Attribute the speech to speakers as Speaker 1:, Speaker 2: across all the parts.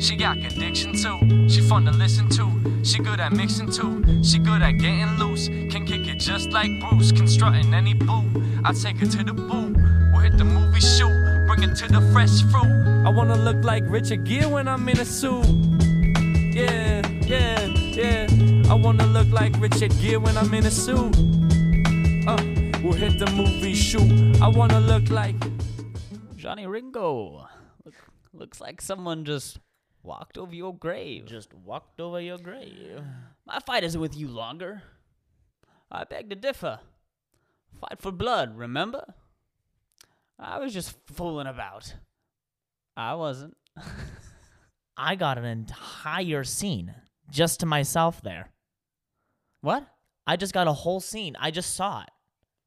Speaker 1: She got conviction too. She fun to listen to. She good at mixing too. She good at getting loose. Can kick it just like Bruce. Constructing any boo. I take her to the boo. We'll hit the movie shoot. Bring it to the fresh fruit. I wanna look like Richard Gere when I'm in a suit. Yeah, yeah, yeah. I wanna look like Richard Gere when I'm in a suit. Uh, we'll hit the movie shoot. I wanna look like.
Speaker 2: Johnny Ringo. Look, looks like someone just walked over your grave.
Speaker 3: Just walked over your grave.
Speaker 2: My fight isn't with you longer. I beg to differ. Fight for blood, remember? I was just fooling about. I wasn't.
Speaker 3: I got an entire scene just to myself there.
Speaker 2: What?
Speaker 3: I just got a whole scene. I just saw it.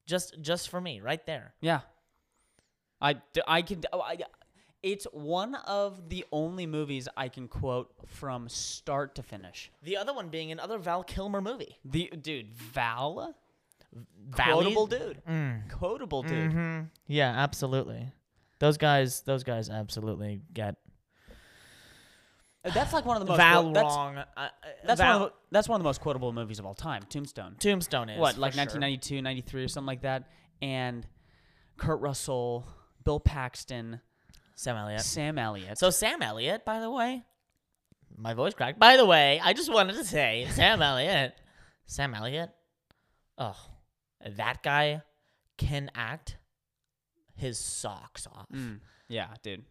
Speaker 3: Just just for me, right there.
Speaker 2: Yeah. I, d- I can. oh, I, it's one of the only movies I can quote from start to finish.
Speaker 3: The other one being another Val Kilmer movie.
Speaker 2: The dude Val,
Speaker 3: Valley-
Speaker 2: quotable dude, Mm-hmm. quotable dude.
Speaker 3: Mhm. Yeah, absolutely. Those guys, those guys absolutely get
Speaker 2: That's like one of the most.
Speaker 3: Val
Speaker 2: quote- that's,
Speaker 3: wrong. Uh,
Speaker 2: That's one of the, that's one of the most quotable movies of all time, Tombstone.
Speaker 3: Tombstone is
Speaker 2: what, like
Speaker 3: for sure.
Speaker 2: 1992, 93 or something like that, and Kurt Russell, Bill Paxton,
Speaker 3: Sam Elliott.
Speaker 2: Sam Elliott.
Speaker 3: So Sam Elliott, by the way, my voice cracked. By the way, I just wanted to say Sam Elliott, Sam Elliott. Oh, that guy can act his socks off.
Speaker 2: Mm, yeah, dude.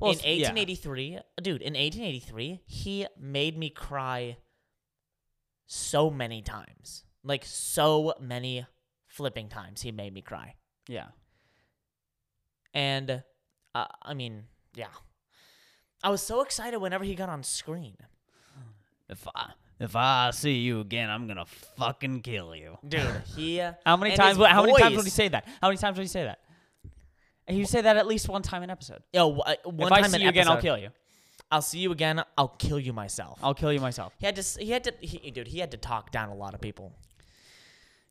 Speaker 3: in
Speaker 2: it's- yeah.
Speaker 3: 1883, dude, in 1883, he made me cry so many times. Like so many flipping times he made me cry.
Speaker 2: yeah,
Speaker 3: And uh, I mean, yeah. I was so excited whenever he got on screen.
Speaker 2: If I if I see you again, I'm gonna fucking kill you.
Speaker 3: Dude, he uh,
Speaker 2: How many
Speaker 3: and
Speaker 2: times?
Speaker 3: his
Speaker 2: How many times
Speaker 3: voice-
Speaker 2: would he say that? How many times would he say that? He would say that at least one time an episode.
Speaker 3: Yo, w- uh, one
Speaker 2: if
Speaker 3: time
Speaker 2: I see
Speaker 3: an
Speaker 2: you again, I'll
Speaker 3: episode,
Speaker 2: kill you.
Speaker 3: I'll see you again. I'll kill you myself.
Speaker 2: I'll kill you myself.
Speaker 3: he had to. s- He had to. He, dude, he had to talk down a lot of people.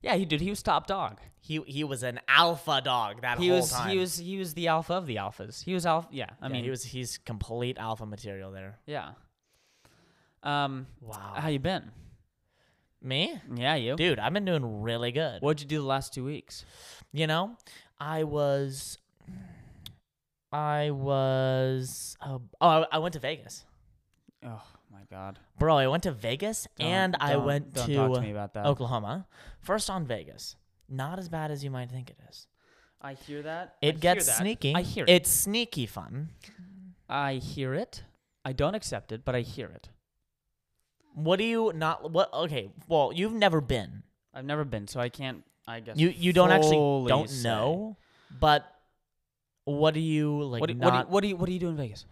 Speaker 2: Yeah, he did. He was top dog.
Speaker 3: He he was an alpha dog that
Speaker 2: He
Speaker 3: whole
Speaker 2: was.
Speaker 3: time.
Speaker 2: He was. He was the alpha of the alphas. He was alpha. Yeah, I
Speaker 3: I mean,
Speaker 2: mean,
Speaker 3: he was. He's complete alpha material there.
Speaker 2: Yeah. Um,
Speaker 3: Wow.
Speaker 2: how you been?
Speaker 3: Me,
Speaker 2: Yeah, you.
Speaker 3: dude, I've been doing really good.
Speaker 2: What'd you do the last two weeks?
Speaker 3: You know, I was. I was. Uh, oh, I, I went to Vegas,
Speaker 2: Oh my god.
Speaker 3: bro. I went to Vegas, and I went
Speaker 2: don't
Speaker 3: to
Speaker 2: talk to me about that.
Speaker 3: Oklahoma. First on Vegas, not as bad as you might think it is.
Speaker 2: I hear that. I
Speaker 3: It
Speaker 2: hear
Speaker 3: gets
Speaker 2: that.
Speaker 3: sneaky.
Speaker 2: I hear it.
Speaker 3: It's sneaky fun.
Speaker 2: I hear it. I don't accept it, but I hear it.
Speaker 3: What do you not? What? Okay. Well, you've never been.
Speaker 2: I've never been, so I can't. I guess
Speaker 3: You you don't actually
Speaker 2: fully
Speaker 3: don't
Speaker 2: say.
Speaker 3: know. But what do you like?
Speaker 2: what, do, what, do,
Speaker 3: not,
Speaker 2: what do you What do you do in Vegas?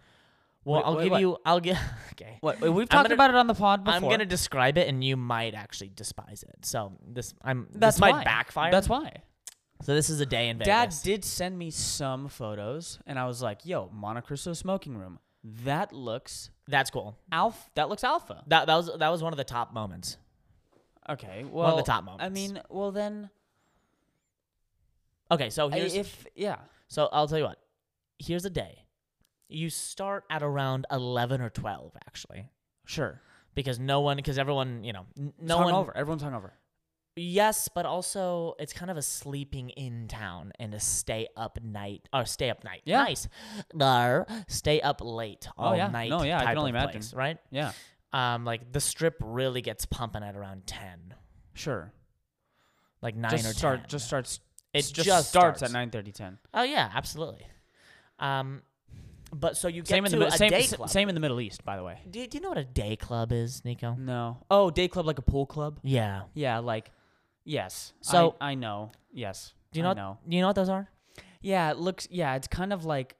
Speaker 3: well,
Speaker 2: what-
Speaker 3: I'll
Speaker 2: what-
Speaker 3: give
Speaker 2: what?
Speaker 3: you. I'll give. Okay.
Speaker 2: What we've
Speaker 3: I'm
Speaker 2: talked
Speaker 3: gonna-
Speaker 2: about it on the pod before.
Speaker 3: I'm gonna describe it, and you might actually despise it. So this I'm.
Speaker 2: That's
Speaker 3: this might
Speaker 2: why.
Speaker 3: backfire.
Speaker 2: That's why.
Speaker 3: so this is a day in Vegas.
Speaker 2: Dad did send me some photos, and I was like, "Yo, Monte Cristo smoking room. That looks
Speaker 3: That's cool.
Speaker 2: alpha. That looks alpha."
Speaker 3: That that was that was one of the top moments.
Speaker 2: Okay. Well,
Speaker 3: of the top
Speaker 2: I
Speaker 3: moments.
Speaker 2: mean, well then,
Speaker 3: Okay, so
Speaker 2: I-
Speaker 3: here's
Speaker 2: if yeah,
Speaker 3: So I'll tell you what. Here's a day. You start at around eleven or twelve, actually,
Speaker 2: sure.
Speaker 3: because no one, because everyone, you know, n- no
Speaker 2: it's
Speaker 3: one.
Speaker 2: hungover. Everyone's hungover.
Speaker 3: Yes, but also it's kind of a sleeping in town and a stay up night or stay up night.
Speaker 2: Yeah. Oh,
Speaker 3: Nice. There, stay up late all
Speaker 2: yeah.
Speaker 3: night.
Speaker 2: No, yeah, I
Speaker 3: type
Speaker 2: can only
Speaker 3: of
Speaker 2: imagine.
Speaker 3: place, right?
Speaker 2: Yeah,
Speaker 3: Um, like the strip really gets pumping at around ten,
Speaker 2: sure.
Speaker 3: like nine
Speaker 2: just
Speaker 3: or
Speaker 2: start.
Speaker 3: 10.
Speaker 2: Just starts.
Speaker 3: It
Speaker 2: s- just,
Speaker 3: just
Speaker 2: starts,
Speaker 3: starts.
Speaker 2: at 9:30, 10.
Speaker 3: Oh yeah, absolutely. Um, but so you get
Speaker 2: Same in
Speaker 3: to
Speaker 2: the mi-
Speaker 3: a
Speaker 2: same
Speaker 3: day
Speaker 2: s-
Speaker 3: club.
Speaker 2: same in the Middle East, by the way.
Speaker 3: Do, do you know what a day club is, Nico?
Speaker 2: No. Oh, day club like a pool club.
Speaker 3: Yeah.
Speaker 2: Yeah, like yes.
Speaker 3: So-
Speaker 2: I, I know. Yes.
Speaker 3: Do you know?
Speaker 2: I
Speaker 3: what-
Speaker 2: know?
Speaker 3: Do you know what those are?
Speaker 2: Yeah, it looks. Yeah, it's kind of like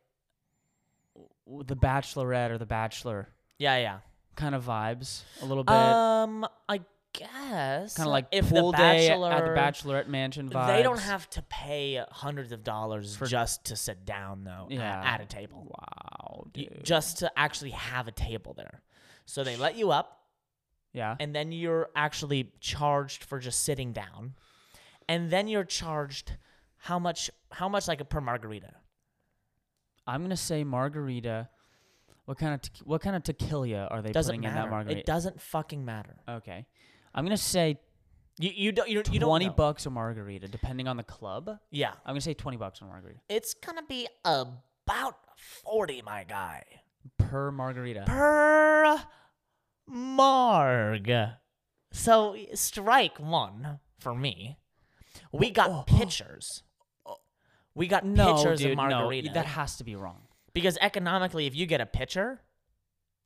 Speaker 2: w- the Bachelorette or the Bachelor
Speaker 3: Yeah, yeah.
Speaker 2: kind of vibes a little bit.
Speaker 3: Um, I guess
Speaker 2: kind of like
Speaker 3: if
Speaker 2: pool
Speaker 3: the
Speaker 2: day
Speaker 3: bachelor,
Speaker 2: at Uh, the Bachelorette mansion vibes.
Speaker 3: They don't have to pay hundreds of dollars
Speaker 2: For-
Speaker 3: just to sit down though a-
Speaker 2: Yeah.
Speaker 3: at a table,
Speaker 2: Wow,
Speaker 3: You-
Speaker 2: dude.
Speaker 3: just to actually have a table there. So they let you up,
Speaker 2: yeah.
Speaker 3: and then you're actually charged for just sitting down, and then you're charged how much? How much like per margarita?
Speaker 2: I'm gonna say margarita What kind of te- what kind of tequila are they
Speaker 3: doesn't
Speaker 2: putting
Speaker 3: matter.
Speaker 2: in that margarita?
Speaker 3: It doesn't fucking matter.
Speaker 2: okay, I'm gonna say
Speaker 3: You you don't you, you don't
Speaker 2: twenty
Speaker 3: know.
Speaker 2: bucks a margarita, depending on the club. I'm
Speaker 3: Yeah,
Speaker 2: gonna say twenty bucks a margarita
Speaker 3: it's gonna be about forty, my guy,
Speaker 2: per margarita.
Speaker 3: per marg. So strike one for me. We got pictures. We got
Speaker 2: Oh, no,
Speaker 3: pictures
Speaker 2: dude,
Speaker 3: of margarita.
Speaker 2: no, that has to be wrong.
Speaker 3: Because economically, if you get a pitcher,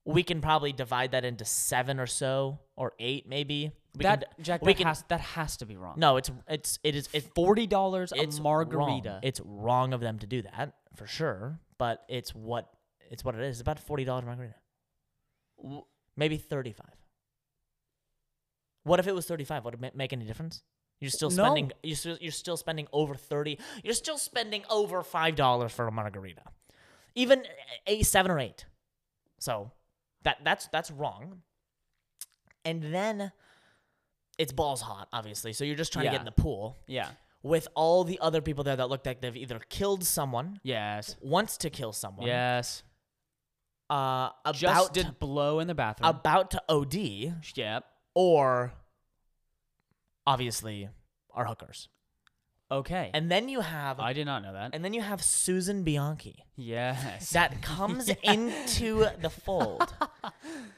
Speaker 3: we can probably divide that into seven or so, or eight maybe. We
Speaker 2: that
Speaker 3: can,
Speaker 2: Jack,
Speaker 3: we
Speaker 2: that
Speaker 3: can.
Speaker 2: has that has to be wrong.
Speaker 3: no, it's it's it is it's
Speaker 2: forty dollars a
Speaker 3: it's
Speaker 2: margarita.
Speaker 3: Wrong. It's wrong of them to do that for sure, but it's what it's what it is. It's about forty dollars margarita,
Speaker 2: W-
Speaker 3: maybe thirty five. What if it was thirty five? Would it ma- make any difference? You're still
Speaker 2: No.
Speaker 3: spending. You're still, you're still spending over thirty. You're still spending over five dollars for a margarita, even a seven or eight. So that that's that's wrong. And then it's balls hot, obviously. So you're just trying to get
Speaker 2: Yeah.
Speaker 3: in the pool
Speaker 2: yeah.
Speaker 3: with all the other people there that look like they've either killed someone,
Speaker 2: Yes.
Speaker 3: wants to kill someone,
Speaker 2: Yes.
Speaker 3: uh, about
Speaker 2: Just
Speaker 3: to,
Speaker 2: did blow in the bathroom.
Speaker 3: about to OD,
Speaker 2: yep.
Speaker 3: or obviously are hookers.
Speaker 2: Okay.
Speaker 3: And then you have,
Speaker 2: I did not know that.
Speaker 3: and then you have Susan Bianchi
Speaker 2: yes.
Speaker 3: that comes into the fold,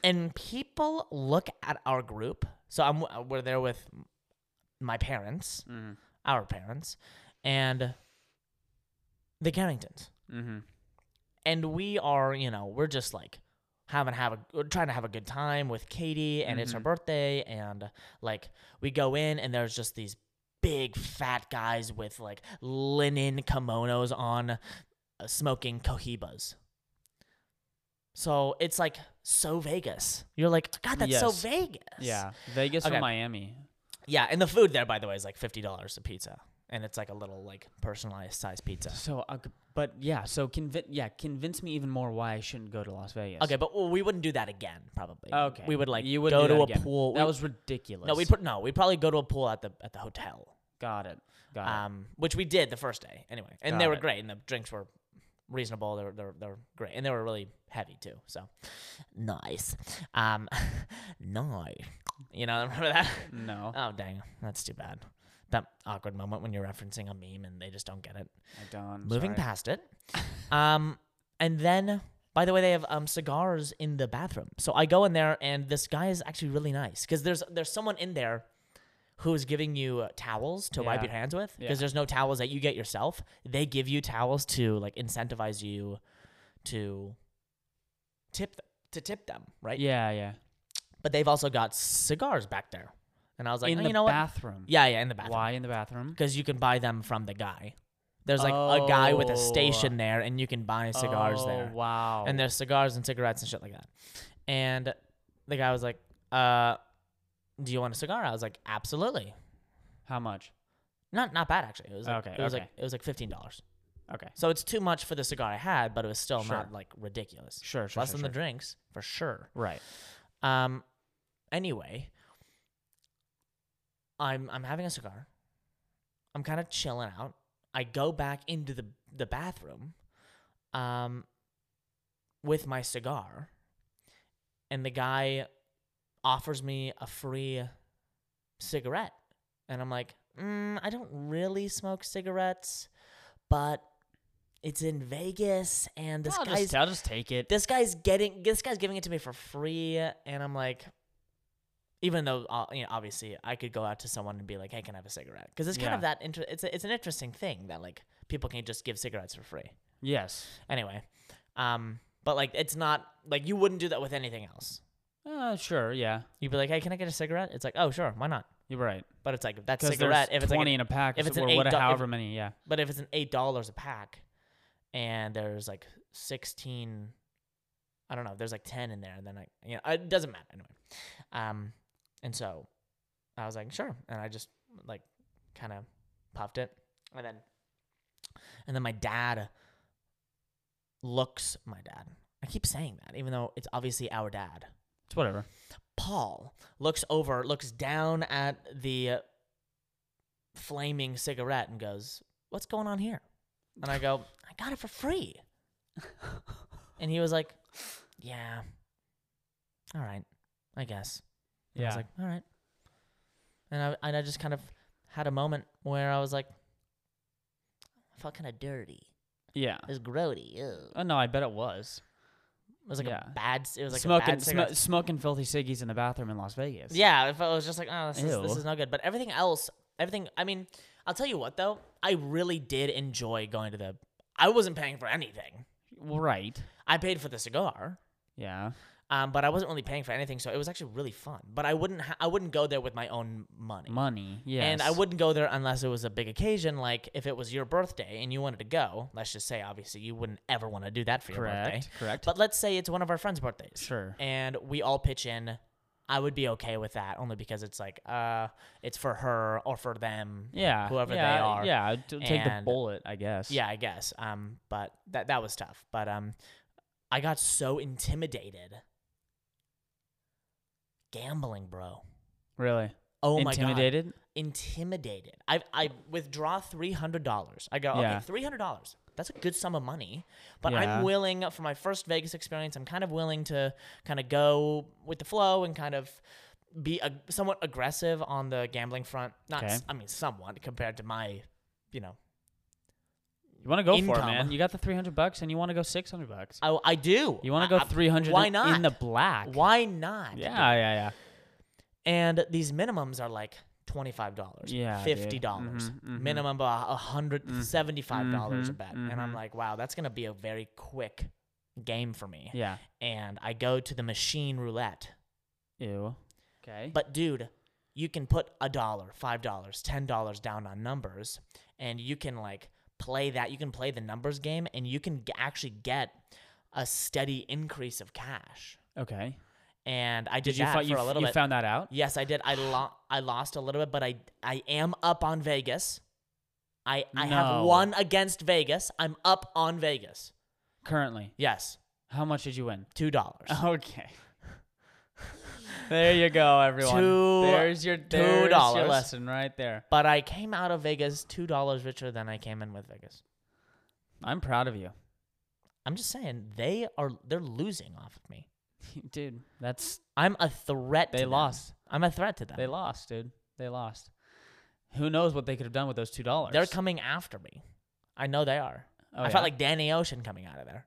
Speaker 3: and people look at our group. So I'm uh, we're there with my parents,
Speaker 2: Mhm.
Speaker 3: our parents, and the Carringtons.
Speaker 2: mm-hmm.
Speaker 3: and we are you know we're just like having have a we're trying to have a good time with Katie and it's
Speaker 2: Mm-hmm.
Speaker 3: her birthday and like we go in and there's just these big fat guys with like linen kimonos on uh, smoking cohibas so it's like so Vegas you're like god that's so
Speaker 2: Yes.
Speaker 3: Vegas
Speaker 2: Yeah. Vegas
Speaker 3: Okay.
Speaker 2: from Miami.
Speaker 3: yeah and the food there by the way is like $50 a pizza and it's like a little like personalized size pizza
Speaker 2: So, I c- but yeah. So convince yeah convince me even more why I shouldn't go to Las Vegas.
Speaker 3: Okay, but well, we wouldn't do that again, probably.
Speaker 2: Okay.
Speaker 3: We would like
Speaker 2: you
Speaker 3: you
Speaker 2: would
Speaker 3: would go
Speaker 2: do
Speaker 3: to
Speaker 2: that
Speaker 3: a
Speaker 2: again.
Speaker 3: pool.
Speaker 2: That
Speaker 3: we-
Speaker 2: was ridiculous.
Speaker 3: no, we put no. We probably go to a pool at the at the hotel,
Speaker 2: Got it. Got it.
Speaker 3: um, which we did the first day anyway, and they
Speaker 2: Got
Speaker 3: were
Speaker 2: it.
Speaker 3: great, and the drinks were reasonable. They were they were, they were great, and they were really heavy too. So nice, um, nice. You know, remember that?
Speaker 2: No,
Speaker 3: Oh dang, that's too bad. That awkward moment when you're referencing a meme and they just don't get it.
Speaker 2: I don't.
Speaker 3: Moving
Speaker 2: sorry.
Speaker 3: past it, um, and then by the way, they have um cigars in the bathroom. So I go in there, and this guy is actually really nice because there's there's someone in there who is giving you uh, towels to wipe
Speaker 2: Yeah.
Speaker 3: your hands with because
Speaker 2: Yeah.
Speaker 3: there's no towels that you get yourself. They give you towels to like incentivize you to tip th- to tip them, right?
Speaker 2: Yeah, yeah.
Speaker 3: But they've also got cigars back there, and I was like,
Speaker 2: in
Speaker 3: "Oh,
Speaker 2: the
Speaker 3: you know what?
Speaker 2: bathroom.
Speaker 3: Yeah, yeah, in the bathroom
Speaker 2: Why in the bathroom?
Speaker 3: because you can buy them from the guy. There's like a guy with a
Speaker 2: Oh.
Speaker 3: station there, and you can buy cigars
Speaker 2: oh,
Speaker 3: there.
Speaker 2: Wow.
Speaker 3: And there's cigars and cigarettes and shit like that. And the guy was like, uh, "Do you want a cigar?" I was like, "Absolutely."
Speaker 2: how much?
Speaker 3: Not not bad actually. It was like,
Speaker 2: Okay,
Speaker 3: It was
Speaker 2: okay.
Speaker 3: like it was like fifteen dollars.
Speaker 2: Okay.
Speaker 3: So it's too much for the cigar I had, but it was still
Speaker 2: Sure.
Speaker 3: not like ridiculous.
Speaker 2: Sure, sure.
Speaker 3: Less
Speaker 2: sure,
Speaker 3: than the
Speaker 2: sure.
Speaker 3: drinks for sure.
Speaker 2: Right.
Speaker 3: Um. Anyway, I'm I'm having a cigar. I'm kind of chilling out. I go back into the the bathroom, um, with my cigar, and the guy offers me a free cigarette, and I'm like, mm, I don't really smoke cigarettes, but it's in Vegas, and this
Speaker 2: I'll
Speaker 3: guy's
Speaker 2: just, I'll just take it.
Speaker 3: this guy's getting this guy's giving it to me for free and i'm like even though uh, you know, obviously i could go out to someone and be like hey can i have a cigarette because it's kind of that inter- it's, a, it's an interesting thing that like people can just give cigarettes for free
Speaker 2: Yes.
Speaker 3: anyway um but like it's not like you wouldn't do that with anything else
Speaker 2: Uh, sure. Yeah.
Speaker 3: you'd be like hey can i get a cigarette it's like oh sure why not
Speaker 2: You're right.
Speaker 3: but it's like that's
Speaker 2: Because
Speaker 3: cigarette if
Speaker 2: If
Speaker 3: it's like
Speaker 2: twenty
Speaker 3: an-
Speaker 2: in a pack,
Speaker 3: if it's an
Speaker 2: or what,
Speaker 3: $8 if-
Speaker 2: however many. Yeah.
Speaker 3: But if it's an eight dollars a pack, and there's like sixteen, I don't know. There's like ten in there, and then I, you know, it doesn't matter anyway. Um, and so I was like, sure, and I just like kind of puffed it, and then, and then my dad looks my dad. I keep saying that, even though it's obviously our dad.
Speaker 2: It's whatever.
Speaker 3: Paul looks over, looks down at the uh, flaming cigarette and goes, What's going on here? And I go, I got it for free. and he was like, yeah. All right, I guess. And
Speaker 2: Yeah.
Speaker 3: I was like, all right. And I and I just kind of had a moment where I was like, I felt kind of dirty.
Speaker 2: yeah.
Speaker 3: It was grody. Ew. It
Speaker 2: Oh no, I bet it was.
Speaker 3: was like
Speaker 2: Yeah.
Speaker 3: a bad. s- It was like a
Speaker 2: smoking
Speaker 3: bad cigarette.
Speaker 2: sm- smoking filthy ciggies in the bathroom in Las Vegas.
Speaker 3: Yeah, if I was just like, oh, this is, this
Speaker 2: Ew.
Speaker 3: is no good. But everything else, everything. I mean, I'll tell you what though, I really did enjoy going to the. I wasn't paying for anything.
Speaker 2: Right.
Speaker 3: I paid for the cigar,
Speaker 2: Yeah.
Speaker 3: um, but I wasn't really paying for anything, so it was actually really fun. But I wouldn't. Ha- I wouldn't go there with my own money.
Speaker 2: Money. Yeah.
Speaker 3: And I wouldn't go there unless it was a big occasion, like if it was your birthday and you wanted to go. Let's just say, obviously, you wouldn't ever want to do that for your
Speaker 2: Correct.
Speaker 3: birthday.
Speaker 2: Correct.
Speaker 3: But let's say it's one of our friends' birthdays.
Speaker 2: sure.
Speaker 3: and we all pitch in. I would be okay with that only because it's like uh it's for her or for them.
Speaker 2: Yeah.
Speaker 3: whoever they
Speaker 2: yeah,
Speaker 3: are.
Speaker 2: Yeah. I'd t- take the
Speaker 3: And-
Speaker 2: bullet, I guess.
Speaker 3: Yeah, I guess. Um but that that was tough. But um I got so intimidated. Gambling, bro.
Speaker 2: Really.
Speaker 3: Oh my god.
Speaker 2: Intimidated.
Speaker 3: Intimidated. I I withdraw $300. I go,
Speaker 2: Yeah.
Speaker 3: okay, $300. That's a good sum of money, but
Speaker 2: Yeah.
Speaker 3: I'm willing for my first Vegas experience. I'm kind of willing to kind of go with the flow and kind of be a, somewhat aggressive on the gambling front. Not,
Speaker 2: Okay.
Speaker 3: s- I mean, somewhat compared to my, you know,
Speaker 2: You want to go for it,
Speaker 3: Income.
Speaker 2: man. You got the three hundred bucks, and you want to go six hundred bucks.
Speaker 3: I, I do.
Speaker 2: You want to go
Speaker 3: I- I-
Speaker 2: three hundred?
Speaker 3: Why
Speaker 2: In
Speaker 3: not?
Speaker 2: the black.
Speaker 3: Why not?
Speaker 2: Yeah. Yeah.
Speaker 3: And these minimums are like twenty five dollars,
Speaker 2: Yeah, dude.
Speaker 3: fifty dollars,
Speaker 2: Mhm, mhm.
Speaker 3: minimum of a hundred
Speaker 2: Mm-hmm.
Speaker 3: seventy five dollars a
Speaker 2: mhm,
Speaker 3: bet. And I'm
Speaker 2: mhm.
Speaker 3: like, wow, that's gonna be a very quick game for me.
Speaker 2: Yeah.
Speaker 3: And I go to the machine roulette.
Speaker 2: Yeah. Ew. Okay.
Speaker 3: But dude, you can put a dollar, five dollars, ten dollars down on numbers, and you can like play that. You can play the numbers game, and you can g- actually get a steady increase of cash.
Speaker 2: okay.
Speaker 3: And I did,
Speaker 2: Did you
Speaker 3: that
Speaker 2: fi-
Speaker 3: for
Speaker 2: you,
Speaker 3: a
Speaker 2: f-
Speaker 3: little
Speaker 2: you
Speaker 3: bit.
Speaker 2: found that out?
Speaker 3: yes, I did. I lo- I lost a little bit, but I I am up on Vegas. I I have
Speaker 2: No.
Speaker 3: one against Vegas. I'm up on Vegas.
Speaker 2: Currently,
Speaker 3: Yes,
Speaker 2: how much did you win?
Speaker 3: two dollars.
Speaker 2: Okay. there you go, everyone.
Speaker 3: Two-
Speaker 2: there's your there's your
Speaker 3: dollars.
Speaker 2: lesson right there.
Speaker 3: But I came out of Vegas two dollars richer than I came in with Vegas.
Speaker 2: I'm proud of you,
Speaker 3: I'm just saying they are they're losing off of me.
Speaker 2: dude. That's
Speaker 3: I'm a threat.
Speaker 2: they
Speaker 3: to them.
Speaker 2: lost.
Speaker 3: I'm a threat to them.
Speaker 2: They lost, dude. They lost. Who knows what they could have done with those two dollars?
Speaker 3: They're coming after me. I know they are.
Speaker 2: Oh,
Speaker 3: I
Speaker 2: yeah?
Speaker 3: felt like Danny Ocean coming out of there.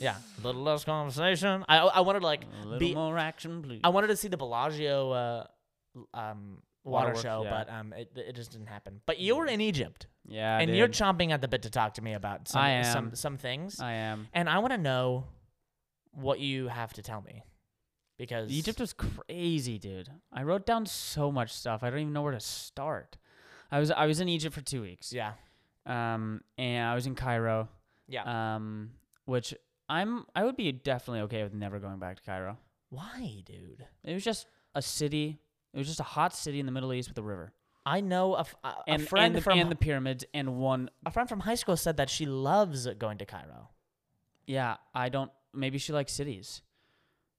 Speaker 3: yeah, a little less conversation. I I wanted to like
Speaker 2: a little
Speaker 3: be.
Speaker 2: more action, please.
Speaker 3: I wanted to see the Bellagio uh, l- um, water
Speaker 2: Waterworks,
Speaker 3: show,
Speaker 2: yeah. Mm.
Speaker 3: but um, it it just didn't happen. But you were in Egypt,
Speaker 2: yeah,
Speaker 3: and you're
Speaker 2: dude.
Speaker 3: chomping at the bit to talk to me about some
Speaker 2: I am.
Speaker 3: some some things.
Speaker 2: I am.
Speaker 3: And I want to know what you have to tell me because
Speaker 2: Egypt was crazy, dude. I wrote down so much stuff. I don't even know where to start. I was I was in Egypt for two weeks.
Speaker 3: Yeah,
Speaker 2: Um, and I was in Cairo.
Speaker 3: yeah.
Speaker 2: Um, which I'm I would be definitely okay with never going back to Cairo.
Speaker 3: Why, dude?
Speaker 2: It was just a city. It was just a hot city in the Middle East with a river
Speaker 3: I know a, f- a- a
Speaker 2: and
Speaker 3: friend
Speaker 2: and the,
Speaker 3: from
Speaker 2: and the pyramids and one.
Speaker 3: a friend from high school said that she loves going to Cairo.
Speaker 2: Yeah, I don't. Maybe she likes cities.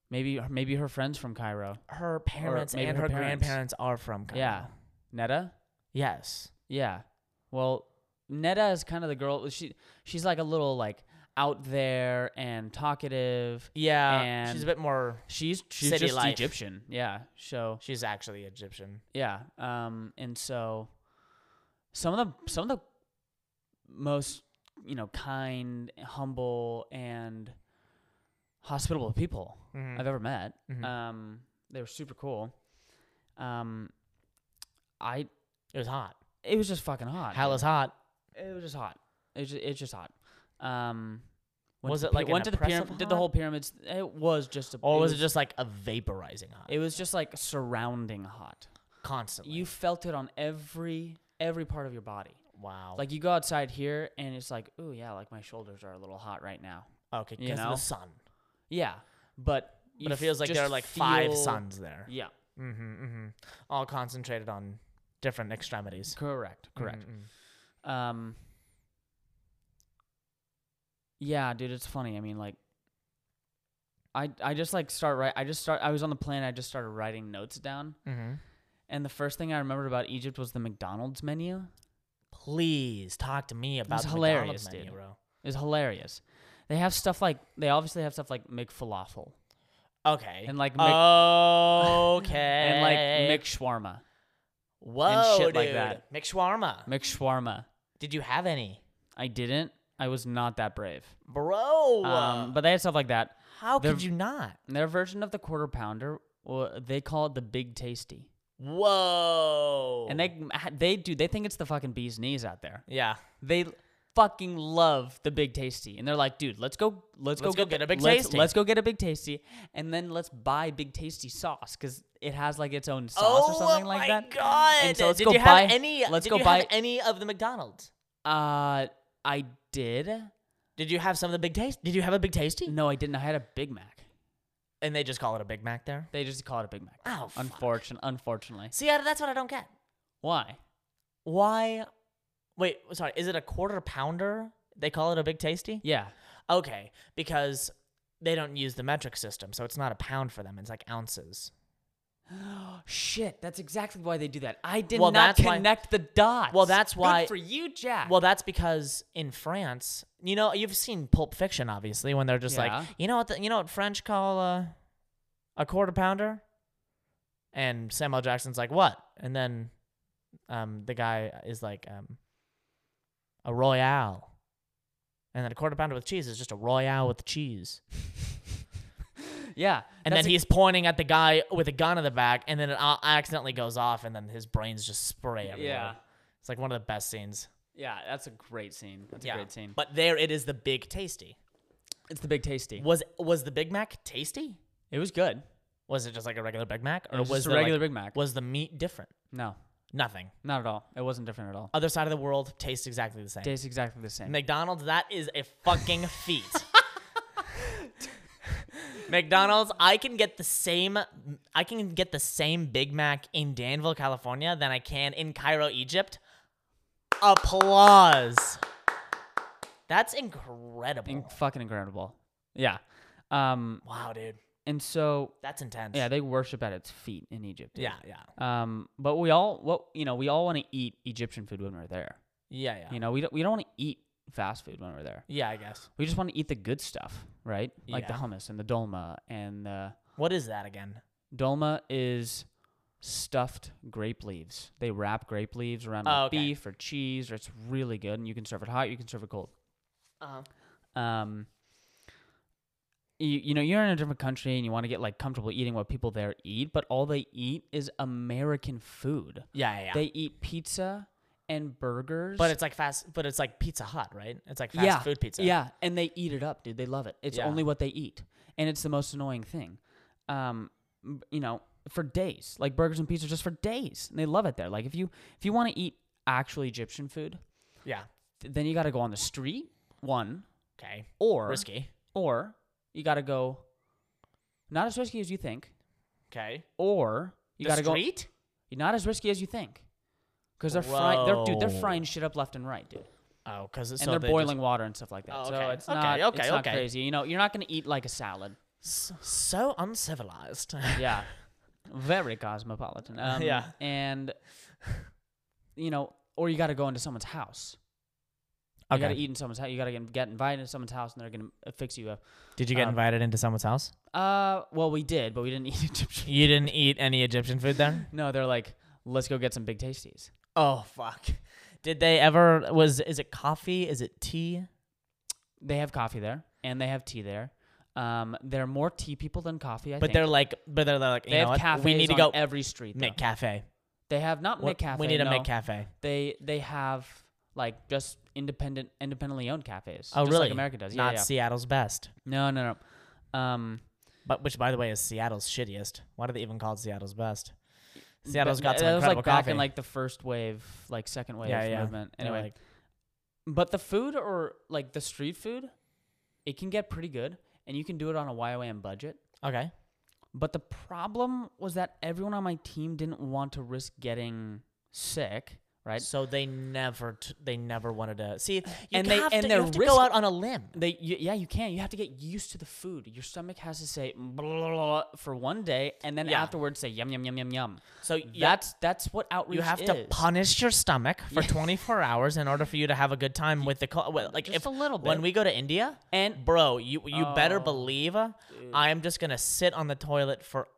Speaker 2: Maybe maybe her friends from Cairo.
Speaker 3: Her parents
Speaker 2: maybe
Speaker 3: and
Speaker 2: her
Speaker 3: her,
Speaker 2: parents.
Speaker 3: grandparents are from Cairo.
Speaker 2: Yeah, Netta.
Speaker 3: Yes.
Speaker 2: Yeah. Well, Netta is kind of the girl. She she's like a little like out there and talkative.
Speaker 3: Yeah.
Speaker 2: And-
Speaker 3: she's a bit more.
Speaker 2: She's she's
Speaker 3: City
Speaker 2: just
Speaker 3: life.
Speaker 2: Egyptian. Yeah. So
Speaker 3: She's actually Egyptian.
Speaker 2: Yeah. Um, and so some of the some of the most you know kind, humble, and hospitable people
Speaker 3: Mhm.
Speaker 2: I've ever met.
Speaker 3: Mhm.
Speaker 2: Um, they were super cool. Um, I
Speaker 3: it was hot.
Speaker 2: it was just fucking hot.
Speaker 3: Hell
Speaker 2: dude.
Speaker 3: is hot.
Speaker 2: it was just hot. It was just, it's just hot. Um. went
Speaker 3: Was
Speaker 2: to
Speaker 3: it
Speaker 2: the py-
Speaker 3: like an
Speaker 2: went to the
Speaker 3: oppressive
Speaker 2: did the
Speaker 3: hot?
Speaker 2: whole pyramids? It was just a
Speaker 3: Or was, it just like a vaporizing hot?
Speaker 2: it was just like surrounding hot.
Speaker 3: Constantly.
Speaker 2: You felt it on every every part of your body.
Speaker 3: wow.
Speaker 2: Like you go outside here and it's like, oh yeah, like my shoulders are a little hot right now.
Speaker 3: okay,
Speaker 2: you
Speaker 3: because of
Speaker 2: know?
Speaker 3: the sun.
Speaker 2: Yeah, but you
Speaker 3: But it feels
Speaker 2: f-
Speaker 3: like
Speaker 2: just
Speaker 3: there are like five
Speaker 2: feel-
Speaker 3: suns there.
Speaker 2: Yeah,
Speaker 3: Mm-hmm, mm-hmm. All concentrated on different extremities.
Speaker 2: correct, correct.
Speaker 3: Mhm,
Speaker 2: Um, yeah, dude, it's funny. I mean, like, I I just like start right. I just start. I was on the plane. I just started writing notes down,
Speaker 3: mm. Mhm.
Speaker 2: and the first thing I remembered about Egypt was the McDonald's menu.
Speaker 3: Please talk to me about
Speaker 2: was
Speaker 3: the
Speaker 2: hilarious,
Speaker 3: McDonald's menu,
Speaker 2: dude.
Speaker 3: bro.
Speaker 2: It was hilarious. They have stuff like they obviously have stuff like make falafel
Speaker 3: Okay.
Speaker 2: And, like, Mc-
Speaker 3: okay.
Speaker 2: and like make shawarma,
Speaker 3: Whoa,
Speaker 2: shit like
Speaker 3: dude.
Speaker 2: that.
Speaker 3: Make shawarma.
Speaker 2: make shawarma.
Speaker 3: Did you have any,
Speaker 2: I didn't. I was not that brave.
Speaker 3: bro?
Speaker 2: Um, but they had stuff like that.
Speaker 3: how
Speaker 2: they're-
Speaker 3: could you not?
Speaker 2: Their version of the quarter pounder, well, they call it the big tasty,
Speaker 3: Whoa.
Speaker 2: and they they do they think it's the fucking bee's knees out there.
Speaker 3: yeah.
Speaker 2: They fucking love the big tasty, and they're like, dude, let's go, let's,
Speaker 3: Let's
Speaker 2: go,
Speaker 3: go get a Big
Speaker 2: let's-
Speaker 3: Tasty."
Speaker 2: Let's go get a big tasty, and then let's buy big tasty sauce because it has like its own sauce
Speaker 3: oh
Speaker 2: or something like
Speaker 3: my
Speaker 2: that.
Speaker 3: god!
Speaker 2: And so let's
Speaker 3: did
Speaker 2: go
Speaker 3: you
Speaker 2: buy-
Speaker 3: have any?
Speaker 2: let's
Speaker 3: did
Speaker 2: go
Speaker 3: you
Speaker 2: buy-
Speaker 3: have any of the McDonald's.
Speaker 2: Uh, I did.
Speaker 3: Did you have some of the big taste? Did you have a big tasty?
Speaker 2: No, I didn't. I had a Big Mac.
Speaker 3: And they just call it a Big Mac there.
Speaker 2: They just call it a Big Mac.
Speaker 3: Oh, fuck.
Speaker 2: unfortunate. Unfortunately,
Speaker 3: See, I- that's what I don't get.
Speaker 2: why?
Speaker 3: Why? Wait, sorry. Is it a quarter pounder? They call it a big tasty.
Speaker 2: Yeah,
Speaker 3: Okay, because they don't use the metric system, so it's not a pound for them. It's like ounces.
Speaker 2: Shit, that's exactly why they do that. I did
Speaker 3: Well,
Speaker 2: not
Speaker 3: that's why-
Speaker 2: connect the dots.
Speaker 3: Well, that's
Speaker 2: Good
Speaker 3: why-
Speaker 2: for you, Jack.
Speaker 3: Well, that's because in France, you know, you've seen Pulp Fiction, obviously, when they're just
Speaker 2: Yeah.
Speaker 3: like, you know what, the, you know what French call uh, a quarter pounder, and Samuel Jackson's like, what? And then, um, the guy is like, um, a royale, and then a quarter pounder with cheese is just a royale with cheese.
Speaker 2: yeah,
Speaker 3: And
Speaker 2: that's
Speaker 3: then
Speaker 2: e-
Speaker 3: he's pointing at the guy with a gun in the back, and then it a- accidentally goes off, and then his brains just spray everywhere.
Speaker 2: Yeah.
Speaker 3: It's like one of the best scenes.
Speaker 2: yeah, that's a great scene. That's a great scene.
Speaker 3: But there it is the big tasty.
Speaker 2: It's the Big Tasty.
Speaker 3: Was was the Big Mac tasty?
Speaker 2: It was good.
Speaker 3: Was it just like a regular Big Mac? Or
Speaker 2: was just a
Speaker 3: there,
Speaker 2: regular
Speaker 3: like-
Speaker 2: Big Mac.
Speaker 3: Was the meat different?
Speaker 2: No,
Speaker 3: Nothing.
Speaker 2: not at all. It wasn't different at all.
Speaker 3: Other side of the world tastes exactly the same.
Speaker 2: Tastes exactly the same.
Speaker 3: McDonald's, that is a fucking feat. McDonald's, I can get the same I can get the same Big Mac in Danville, California than I can in Cairo, Egypt. Applause. That's incredible.
Speaker 2: In- fucking incredible. Yeah. Um.
Speaker 3: wow, dude.
Speaker 2: And so
Speaker 3: That's intense.
Speaker 2: yeah, they worship at its feet in Egypt. dude.
Speaker 3: yeah, yeah.
Speaker 2: Um. But we all what you know we all want to eat Egyptian food when we're there.
Speaker 3: Yeah, yeah.
Speaker 2: You know we don't we don't want to eat fast food when we're there.
Speaker 3: yeah, I guess.
Speaker 2: We just want to eat the good stuff, right? Like the
Speaker 3: Yeah.
Speaker 2: hummus and the dolma. And the
Speaker 3: What is that again?
Speaker 2: dolma is stuffed grape leaves. They wrap grape leaves around with
Speaker 3: Oh, okay.
Speaker 2: beef or cheese, or it's really good. And you can serve it hot, you can serve it cold.
Speaker 3: Uh-huh.
Speaker 2: Um, you, you know, you're in a different country and you want to get like comfortable eating what people there eat, but all they eat is American food.
Speaker 3: Yeah, yeah. yeah.
Speaker 2: They eat pizza and burgers.
Speaker 3: but it's like fast but it's like Pizza Hut, right? It's like fast
Speaker 2: yeah,
Speaker 3: food pizza.
Speaker 2: Yeah, and they eat it up, dude. They love it. It's
Speaker 3: Yeah.
Speaker 2: only what they eat, and it's the most annoying thing. Um, m- you know, for days, like burgers and pizza, just for days, and they love it there. Like if you if you want to eat actual Egyptian food,
Speaker 3: Yeah.
Speaker 2: th- then you got to go on the street one,
Speaker 3: Okay.
Speaker 2: or
Speaker 3: Risky.
Speaker 2: or you got to go not as risky as you think,
Speaker 3: Okay.
Speaker 2: or you got to go
Speaker 3: street?
Speaker 2: not as risky as you think. Because they're frying, they're, dude, they're
Speaker 3: Whoa.
Speaker 2: frying shit up left and right, dude.
Speaker 3: Oh, because it's
Speaker 2: and they're boiling water and stuff like that.
Speaker 3: Oh,
Speaker 2: So
Speaker 3: okay.
Speaker 2: it's
Speaker 3: Okay,
Speaker 2: not,
Speaker 3: okay,
Speaker 2: it's not
Speaker 3: okay.
Speaker 2: crazy. You know, you're not gonna eat like a salad.
Speaker 3: so uncivilized.
Speaker 2: Yeah, very cosmopolitan. Um,
Speaker 3: Yeah.
Speaker 2: and you know, or you got to go into someone's house. You got to eat in someone's house. You got to get, get invited to someone's house, and they're gonna uh, fix you a.
Speaker 3: Did you get
Speaker 2: um,
Speaker 3: invited into someone's house?
Speaker 2: Uh, well, we did, but we didn't eat Egyptian.
Speaker 3: You didn't eat any Egyptian food there?
Speaker 2: No, they're like, let's go get some big tasties.
Speaker 3: Oh fuck. Did they ever was is it coffee? Is it tea?
Speaker 2: They have coffee there, and they have tea there. Um, they're more tea people than coffee. I
Speaker 3: But
Speaker 2: think.
Speaker 3: they're like but they're like you
Speaker 2: they
Speaker 3: know
Speaker 2: have
Speaker 3: what?
Speaker 2: cafes
Speaker 3: We need to
Speaker 2: on
Speaker 3: go
Speaker 2: every street. though.
Speaker 3: Mick Cafe.
Speaker 2: They have not
Speaker 3: What-
Speaker 2: Mick Cafe.
Speaker 3: We need a
Speaker 2: no.
Speaker 3: Mick Cafe.
Speaker 2: they they have like just independent independently owned cafes.
Speaker 3: Oh
Speaker 2: just
Speaker 3: really?
Speaker 2: Like America does. Yeah,
Speaker 3: Not
Speaker 2: yeah.
Speaker 3: Seattle's best.
Speaker 2: no, no, no. Um,
Speaker 3: But which, by the way, is Seattle's shittiest. Why do they even call it Seattle's best?
Speaker 2: but
Speaker 3: Seattle's got
Speaker 2: th-
Speaker 3: some
Speaker 2: that was
Speaker 3: incredible
Speaker 2: like back
Speaker 3: coffee.
Speaker 2: in like the first wave, like second wave
Speaker 3: Yeah, yeah.
Speaker 2: movement.
Speaker 3: They're
Speaker 2: Anyway,
Speaker 3: like,
Speaker 2: but the food or like the street food, it can get pretty good, and you can do it on a YOM budget.
Speaker 3: okay,
Speaker 2: But the problem was that everyone on my team didn't want to risk getting sick right?
Speaker 3: So they never, t- they never wanted to see. You
Speaker 2: And
Speaker 3: and
Speaker 2: they-
Speaker 3: they,
Speaker 2: and
Speaker 3: and
Speaker 2: they're
Speaker 3: you have to
Speaker 2: risk-
Speaker 3: go out on a limb.
Speaker 2: They, you, yeah, you can. You have to get used to the food. Your stomach has to say blah, blah, blah, for one day, and then
Speaker 3: Yeah.
Speaker 2: afterwards say yum yum yum yum yum.
Speaker 3: So you,
Speaker 2: That's that's what outreach.
Speaker 3: you have to
Speaker 2: is.
Speaker 3: punish your stomach for
Speaker 2: Yeah.
Speaker 3: 24 hours in order for you to have a good time with the cul- well, like
Speaker 2: Just
Speaker 3: if
Speaker 2: a little bit.
Speaker 3: when we go to India
Speaker 2: And-
Speaker 3: bro, you you better
Speaker 2: Oh,
Speaker 3: believe uh, I am just gonna sit on the toilet for.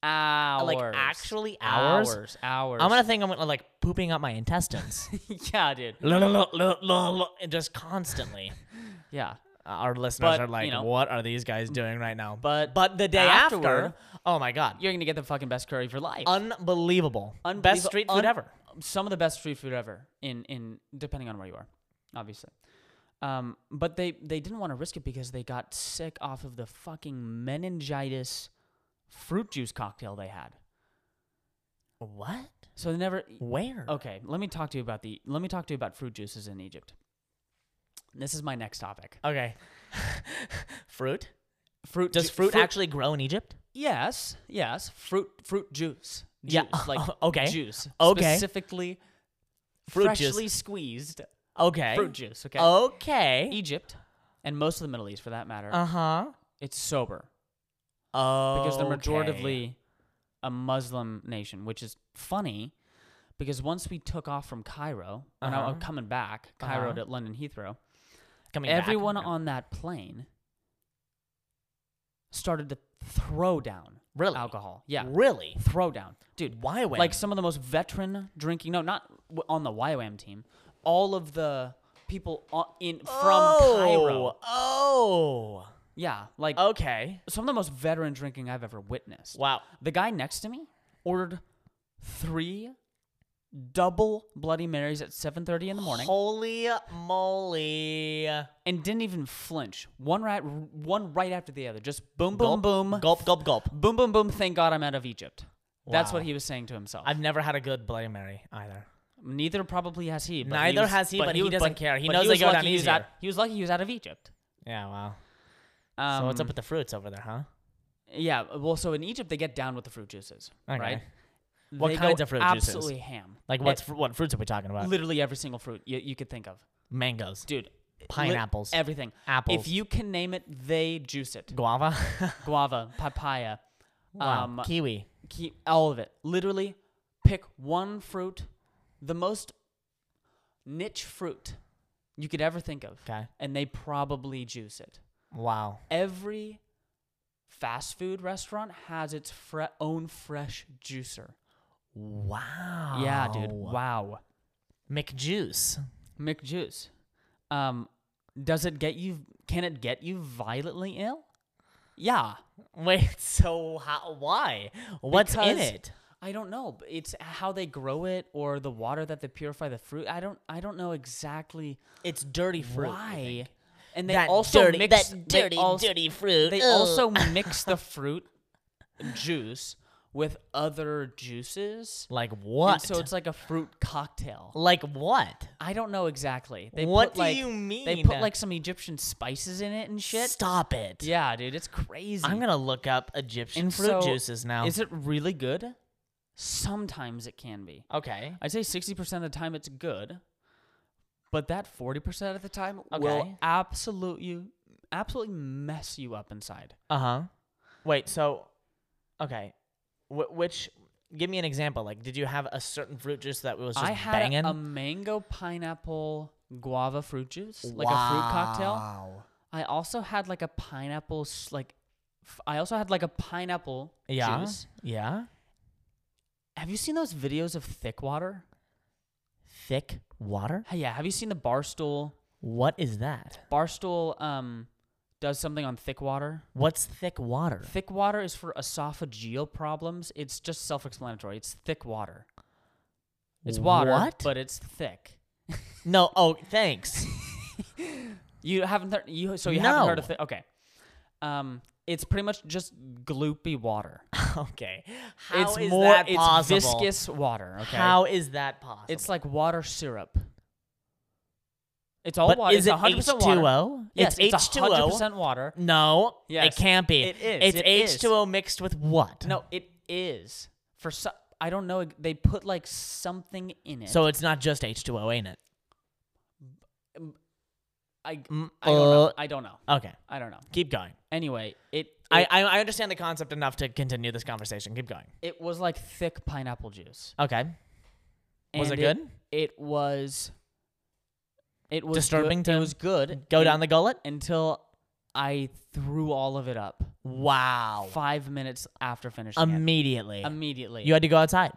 Speaker 2: hours,
Speaker 3: actually hours?
Speaker 2: hours, hours.
Speaker 3: I'm gonna think I'm gonna like pooping up my intestines,
Speaker 2: yeah, dude.
Speaker 3: and just constantly.
Speaker 2: Yeah,
Speaker 3: Uh, our listeners
Speaker 2: But,
Speaker 3: are like,
Speaker 2: you know-
Speaker 3: what are these guys doing right now?
Speaker 2: but-
Speaker 3: but the day
Speaker 2: afterward-
Speaker 3: after, oh my god,
Speaker 2: you're gonna get the fucking best curry of your life.
Speaker 3: unbelievable, best
Speaker 2: Unbelievable-
Speaker 3: street food
Speaker 2: un-
Speaker 3: ever.
Speaker 2: Some of the best street food ever. In in depending on where you are, obviously. Um, but they they didn't want to risk it because they got sick off of the fucking meningitis fruit juice cocktail they had.
Speaker 3: What?
Speaker 2: So they never.
Speaker 3: Where?
Speaker 2: Okay, let me talk to you about the. Let me talk to you about fruit juices in Egypt. This is my next topic.
Speaker 3: Okay. fruit?
Speaker 2: Fruit
Speaker 3: Does
Speaker 2: ju-
Speaker 3: fruit, actually grow in Egypt?
Speaker 2: Yes, yes. Fruit fruit juice. juice
Speaker 3: Yeah,
Speaker 2: Like
Speaker 3: okay.
Speaker 2: Juice.
Speaker 3: Okay.
Speaker 2: Specifically
Speaker 3: Fruit juice.
Speaker 2: freshly squeezed
Speaker 3: Okay. Oh.
Speaker 2: fruit juice. Okay.
Speaker 3: Okay.
Speaker 2: Egypt and most of the Middle East for that matter,
Speaker 3: Uh huh.
Speaker 2: it's sober.
Speaker 3: Oh.
Speaker 2: Because they're majoritively a Muslim nation, which is funny because once we took off from Cairo, when I, am
Speaker 3: Uh-huh.
Speaker 2: coming back, Cairo
Speaker 3: Uh-huh.
Speaker 2: to London Heathrow,
Speaker 3: coming back.
Speaker 2: everyone on that plane started to throw down
Speaker 3: Really?
Speaker 2: alcohol. Yeah.
Speaker 3: Really?
Speaker 2: Throw down. Dude,
Speaker 3: Why would
Speaker 2: like some of the most veteran drinking. No, not w- on the YWAM team. All of the people on, in from Cairo.
Speaker 3: Oh.
Speaker 2: Yeah, like
Speaker 3: Okay.
Speaker 2: some of the most veteran drinking I've ever witnessed.
Speaker 3: Wow.
Speaker 2: The guy next to me ordered three double Bloody Marys at 7:30 in the morning
Speaker 3: Holy moly.
Speaker 2: and didn't even flinch. One right, one right after the other. Just boom, boom, boom,
Speaker 3: Gulp, gulp, gulp.
Speaker 2: boom, boom, boom. Thank God I'm out of Egypt. That's
Speaker 3: Wow.
Speaker 2: what he was saying to himself.
Speaker 3: I've never had a good Bloody Mary either.
Speaker 2: Neither probably has he. But
Speaker 3: Neither
Speaker 2: was-
Speaker 3: has he, but he
Speaker 2: was-
Speaker 3: doesn't care. He
Speaker 2: but
Speaker 3: knows
Speaker 2: was
Speaker 3: they go
Speaker 2: lucky
Speaker 3: down
Speaker 2: he was out-
Speaker 3: easier.
Speaker 2: he was lucky he was out of Egypt.
Speaker 3: Yeah, wow.
Speaker 2: Um,
Speaker 3: so what's up with the fruits over there, huh?
Speaker 2: Yeah, well, so in Egypt they get down with the fruit juices,
Speaker 3: Okay.
Speaker 2: right?
Speaker 3: What
Speaker 2: They go
Speaker 3: kinds of fruit juices? Uh,
Speaker 2: absolutely ham.
Speaker 3: Like
Speaker 2: Eh,
Speaker 3: what's fr- what fruits are we talking about?
Speaker 2: literally every single fruit you, you could think of,
Speaker 3: Mangoes,
Speaker 2: dude. li-
Speaker 3: Pineapples.
Speaker 2: everything.
Speaker 3: Apples.
Speaker 2: If you can name it, they juice it.
Speaker 3: guava,
Speaker 2: Guava, papaya,
Speaker 3: Wow.
Speaker 2: um,
Speaker 3: kiwi.
Speaker 2: keep all of it. Literally, pick one fruit, the most niche fruit you could ever think of,
Speaker 3: Okay.
Speaker 2: and they probably juice it.
Speaker 3: Wow.
Speaker 2: Every fast food restaurant has its fre- own fresh juicer.
Speaker 3: Wow.
Speaker 2: Yeah, dude. Wow.
Speaker 3: McJuice.
Speaker 2: McJuice. Um, does it get you? Can it get you violently ill? Yeah.
Speaker 3: Wait, so how, why? What's in
Speaker 2: Because-
Speaker 3: it?
Speaker 2: I don't know. but It's how they grow it or the water that they purify the fruit. I don't. I don't know exactly
Speaker 3: It's dirty fruit.
Speaker 2: why. And they
Speaker 3: that
Speaker 2: also
Speaker 3: dirty,
Speaker 2: mix
Speaker 3: that
Speaker 2: they
Speaker 3: dirty,
Speaker 2: als-
Speaker 3: dirty fruit.
Speaker 2: They
Speaker 3: Ugh.
Speaker 2: also mix the fruit juice with other juices.
Speaker 3: like
Speaker 2: and
Speaker 3: what?
Speaker 2: so it's like a fruit cocktail.
Speaker 3: like what?
Speaker 2: I don't know exactly. They
Speaker 3: What
Speaker 2: put,
Speaker 3: do
Speaker 2: like-
Speaker 3: you mean?
Speaker 2: They put like some Egyptian spices in it and shit.
Speaker 3: Stop it.
Speaker 2: Yeah, dude, it's crazy.
Speaker 3: I'm gonna look up Egyptian
Speaker 2: And
Speaker 3: fruit
Speaker 2: so,
Speaker 3: juices now.
Speaker 2: Is it really good? Sometimes it can be.
Speaker 3: okay?
Speaker 2: I'd say 60% of the time it's good, but that 40% of the time
Speaker 3: Okay.
Speaker 2: will absolute you, absolutely mess you up inside.
Speaker 3: Uh huh. Wait. So, okay. Wh- which? Give me an example. Like, did you have a certain fruit juice that was just
Speaker 2: I had
Speaker 3: banging?
Speaker 2: a mango pineapple guava fruit juice, like a fruit cocktail.
Speaker 3: Wow.
Speaker 2: I also had like a pineapple, s- like, f- I also had like a pineapple
Speaker 3: Yeah.
Speaker 2: juice.
Speaker 3: Yeah.
Speaker 2: Have you seen those videos of thick water?
Speaker 3: Thick water.
Speaker 2: Hey, Yeah, have you seen the barstool?
Speaker 3: What is that?
Speaker 2: Barstool um does something on thick water.
Speaker 3: What's thick water?
Speaker 2: Thick water is for esophageal problems. It's just self-explanatory. It's thick water. It's water,
Speaker 3: What?
Speaker 2: but it's thick.
Speaker 3: no. Oh, thanks.
Speaker 2: You haven't heard you so you haven't heard of
Speaker 3: No.
Speaker 2: thick. Okay. Um it's pretty much just gloopy water.
Speaker 3: okay. How
Speaker 2: it's
Speaker 3: is
Speaker 2: more
Speaker 3: that
Speaker 2: it's
Speaker 3: possible?
Speaker 2: viscous water, okay?
Speaker 3: How is that possible?
Speaker 2: it's like water syrup. It's all
Speaker 3: but
Speaker 2: water.
Speaker 3: is
Speaker 2: it's
Speaker 3: it
Speaker 2: 100%
Speaker 3: H2O?
Speaker 2: water.
Speaker 3: It's
Speaker 2: Yes, it's
Speaker 3: H2O.
Speaker 2: 100% water.
Speaker 3: No,
Speaker 2: Yes,
Speaker 3: it can't be.
Speaker 2: it is,
Speaker 3: It's
Speaker 2: it is.
Speaker 3: H2O mixed with what?
Speaker 2: No, it is. For so, I don't know. They put like something in it.
Speaker 3: So it's not just H2O, ain't it?
Speaker 2: I,
Speaker 3: Mm,
Speaker 2: I don't know.
Speaker 3: uh,
Speaker 2: I don't know.
Speaker 3: Okay,
Speaker 2: I don't know.
Speaker 3: keep going.
Speaker 2: Anyway, it
Speaker 3: I,
Speaker 2: it-
Speaker 3: I I understand the concept enough to continue this conversation. Keep going.
Speaker 2: it was like thick pineapple juice.
Speaker 3: Okay. Was
Speaker 2: And
Speaker 3: it good?
Speaker 2: It was. It was
Speaker 3: Disturbing
Speaker 2: good-
Speaker 3: to
Speaker 2: It was good.
Speaker 3: Go
Speaker 2: un-
Speaker 3: down the gullet?
Speaker 2: until I threw all of it up.
Speaker 3: Wow.
Speaker 2: Five minutes after finishing it,
Speaker 3: Immediately.
Speaker 2: immediately
Speaker 3: You had to go outside.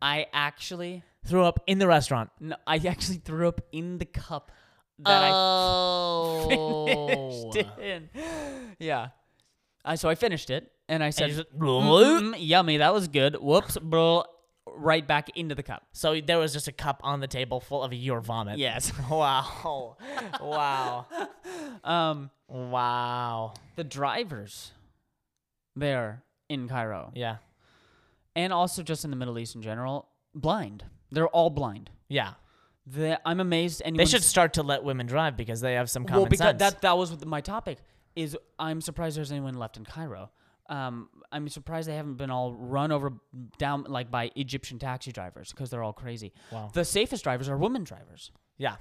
Speaker 2: I actually
Speaker 3: Threw up in the restaurant.
Speaker 2: no, I actually threw up in the cup that I
Speaker 3: oh.
Speaker 2: finished it in. Yeah, I, so I finished it and I said,
Speaker 3: And you just-
Speaker 2: "Mm, "Yummy, that was good." Whoops, bro, right back into the cup.
Speaker 3: So there was just a cup on the table full of your vomit.
Speaker 2: Yes.
Speaker 3: Wow. wow.
Speaker 2: Um,
Speaker 3: Wow.
Speaker 2: the drivers there in Cairo
Speaker 3: Yeah.
Speaker 2: and also just in the Middle East in general, blind. They're all blind.
Speaker 3: Yeah.
Speaker 2: The, I'm amazed.
Speaker 3: They
Speaker 2: Anyone
Speaker 3: should start to let women drive because they have some common
Speaker 2: well, because
Speaker 3: sense.
Speaker 2: that that was my topic. Is I'm surprised there's anyone left in Cairo. Um, I'm surprised they haven't been all run over down like by Egyptian taxi drivers because they're all crazy.
Speaker 3: Wow.
Speaker 2: The safest drivers are women drivers.
Speaker 3: yeah.